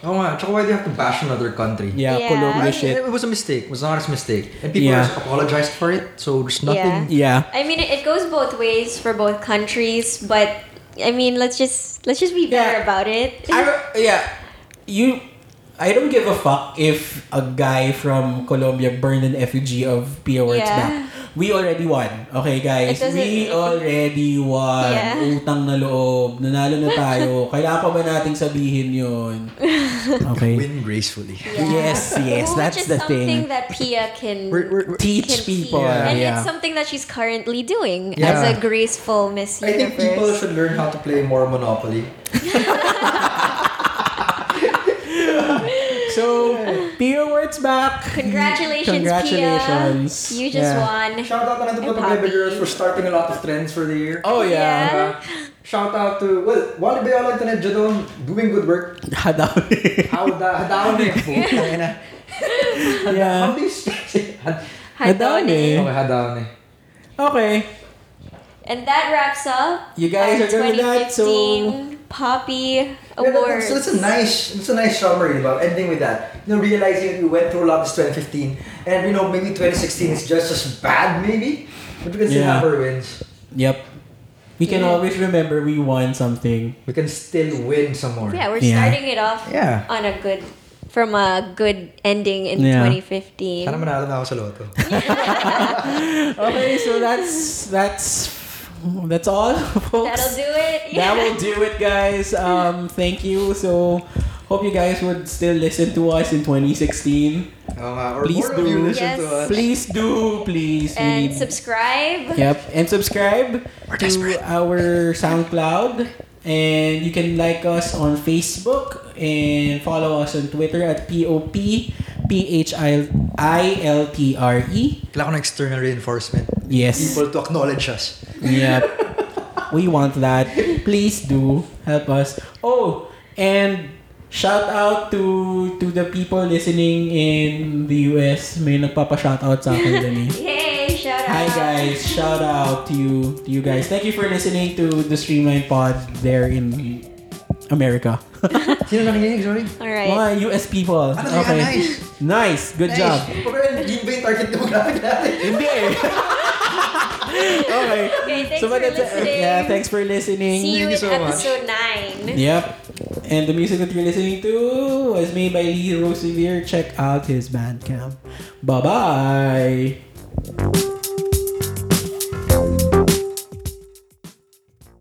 B: Oo nga, tsaka why do you have to bash another country?
A: yeah,
C: Yeah.
A: colonial
B: I-
A: shit.
B: It was a mistake. It was an honest mistake. And people
A: Yeah.
B: just apologized for it. So there's nothing.
A: Yeah.
C: I mean, it, it goes both ways for both countries, but I mean, let's just let's just be better
A: Yeah.
C: about it.
A: I, don't- yeah. You I don't give a fuck if a guy from Colombia burned an effigy of Pia Words
C: Yeah.
A: back. We already won. Okay, guys?
C: It doesn't-
A: We already won.
C: Yeah.
A: Utang na loob. Nanalo na tayo. Kailangan pa ba nating sabihin yun? Okay.
B: Win gracefully.
A: Yes, yes.
C: Which
A: that's
C: is
A: the thing.
C: something that Pia can
B: We're, we're, we're-
C: can
A: Teach
C: see.
A: people. uh,
B: Yeah.
C: and
A: Yeah.
C: it's something that she's currently doing
B: Yeah.
C: as a graceful Miss
B: I think
C: Universe.
B: people should learn how to play more Monopoly.
A: So, Pia Words back.
C: Congratulations,
A: Congratulations.
C: Pia! You just
A: Yeah.
C: won.
B: Shout out na to
C: And
B: the Baby
C: Poppy.
B: Girls for starting a lot of trends for the year.
A: Oh, yeah.
B: Diba? Shout out to, well, Wally Bayola at Tanedja doon, doing good work.
A: Hadaw.
B: Howda, hadaon eh. Putang ina.
A: Yeah.
B: How do you stress it? Had-
A: Hadone.
C: Hadone.
B: Okay, hadaon eh.
A: Okay.
C: And that wraps up.
A: You guys
C: our
A: are good with that, so-
C: 2015 Poppy
B: Yeah,
C: Awards.
B: that's, that's a nice, that's a nice summary about ending with that. You know, realizing we went through a lot this 2015, and you know, maybe 2016 is just as bad, maybe, but we can still
A: Yeah.
B: have our wins.
A: Yep. We can
C: Yeah.
A: always remember we won something.
B: We can still win some more.
C: Yeah, we're
A: Yeah.
C: starting it off
B: Yeah.
C: on a good from a good ending in
A: Yeah.
C: 2015.
B: Sana manalo na ako sa loto.
A: Okay, so that's that's that's all, folks.
C: That'll do it.
A: That will do it, guys. Um, thank you. So, Hope you guys would still listen to us in 2016.
B: Oo nga, or
A: Please
B: more of you
A: do.
B: listen
C: Yes.
B: to us.
A: Please do, please. We
C: And
A: need-
C: subscribe.
A: Yep, and subscribe to our SoundCloud. And you can like us on Facebook and follow us on Twitter at P-O-P-P-H-I-L-T-R-E.
B: Kailangan ko ng external reinforcement.
A: Yes.
B: People to acknowledge us.
A: Yep. we want that. Please do help us. Oh, and shout out to to the people listening in the US. May nagpapa-shout out sa akin din eh.
C: Yay! Shout out.
A: Hi guys, shout out to you, to you guys. Thank you for listening to the Streamline Pod there in America.
B: Sino nakikinig? Sorry.
C: All right.
A: Mga US people.
B: Ano, yeah,
A: Okay.
B: nice.
A: Nice, good job.
B: Yun ba yung target demographic natin?
A: Hindi eh. Okay.
C: Okay, thanks
A: So,
C: for
A: but that's it.
C: listening.
A: Yeah, thanks for listening.
C: See you
B: Thank you
C: in
B: so much.
C: episode 9.
A: Yep. And the music that you're listening to was made by Lee Rosevere. Check out his Bandcamp. Bye bye.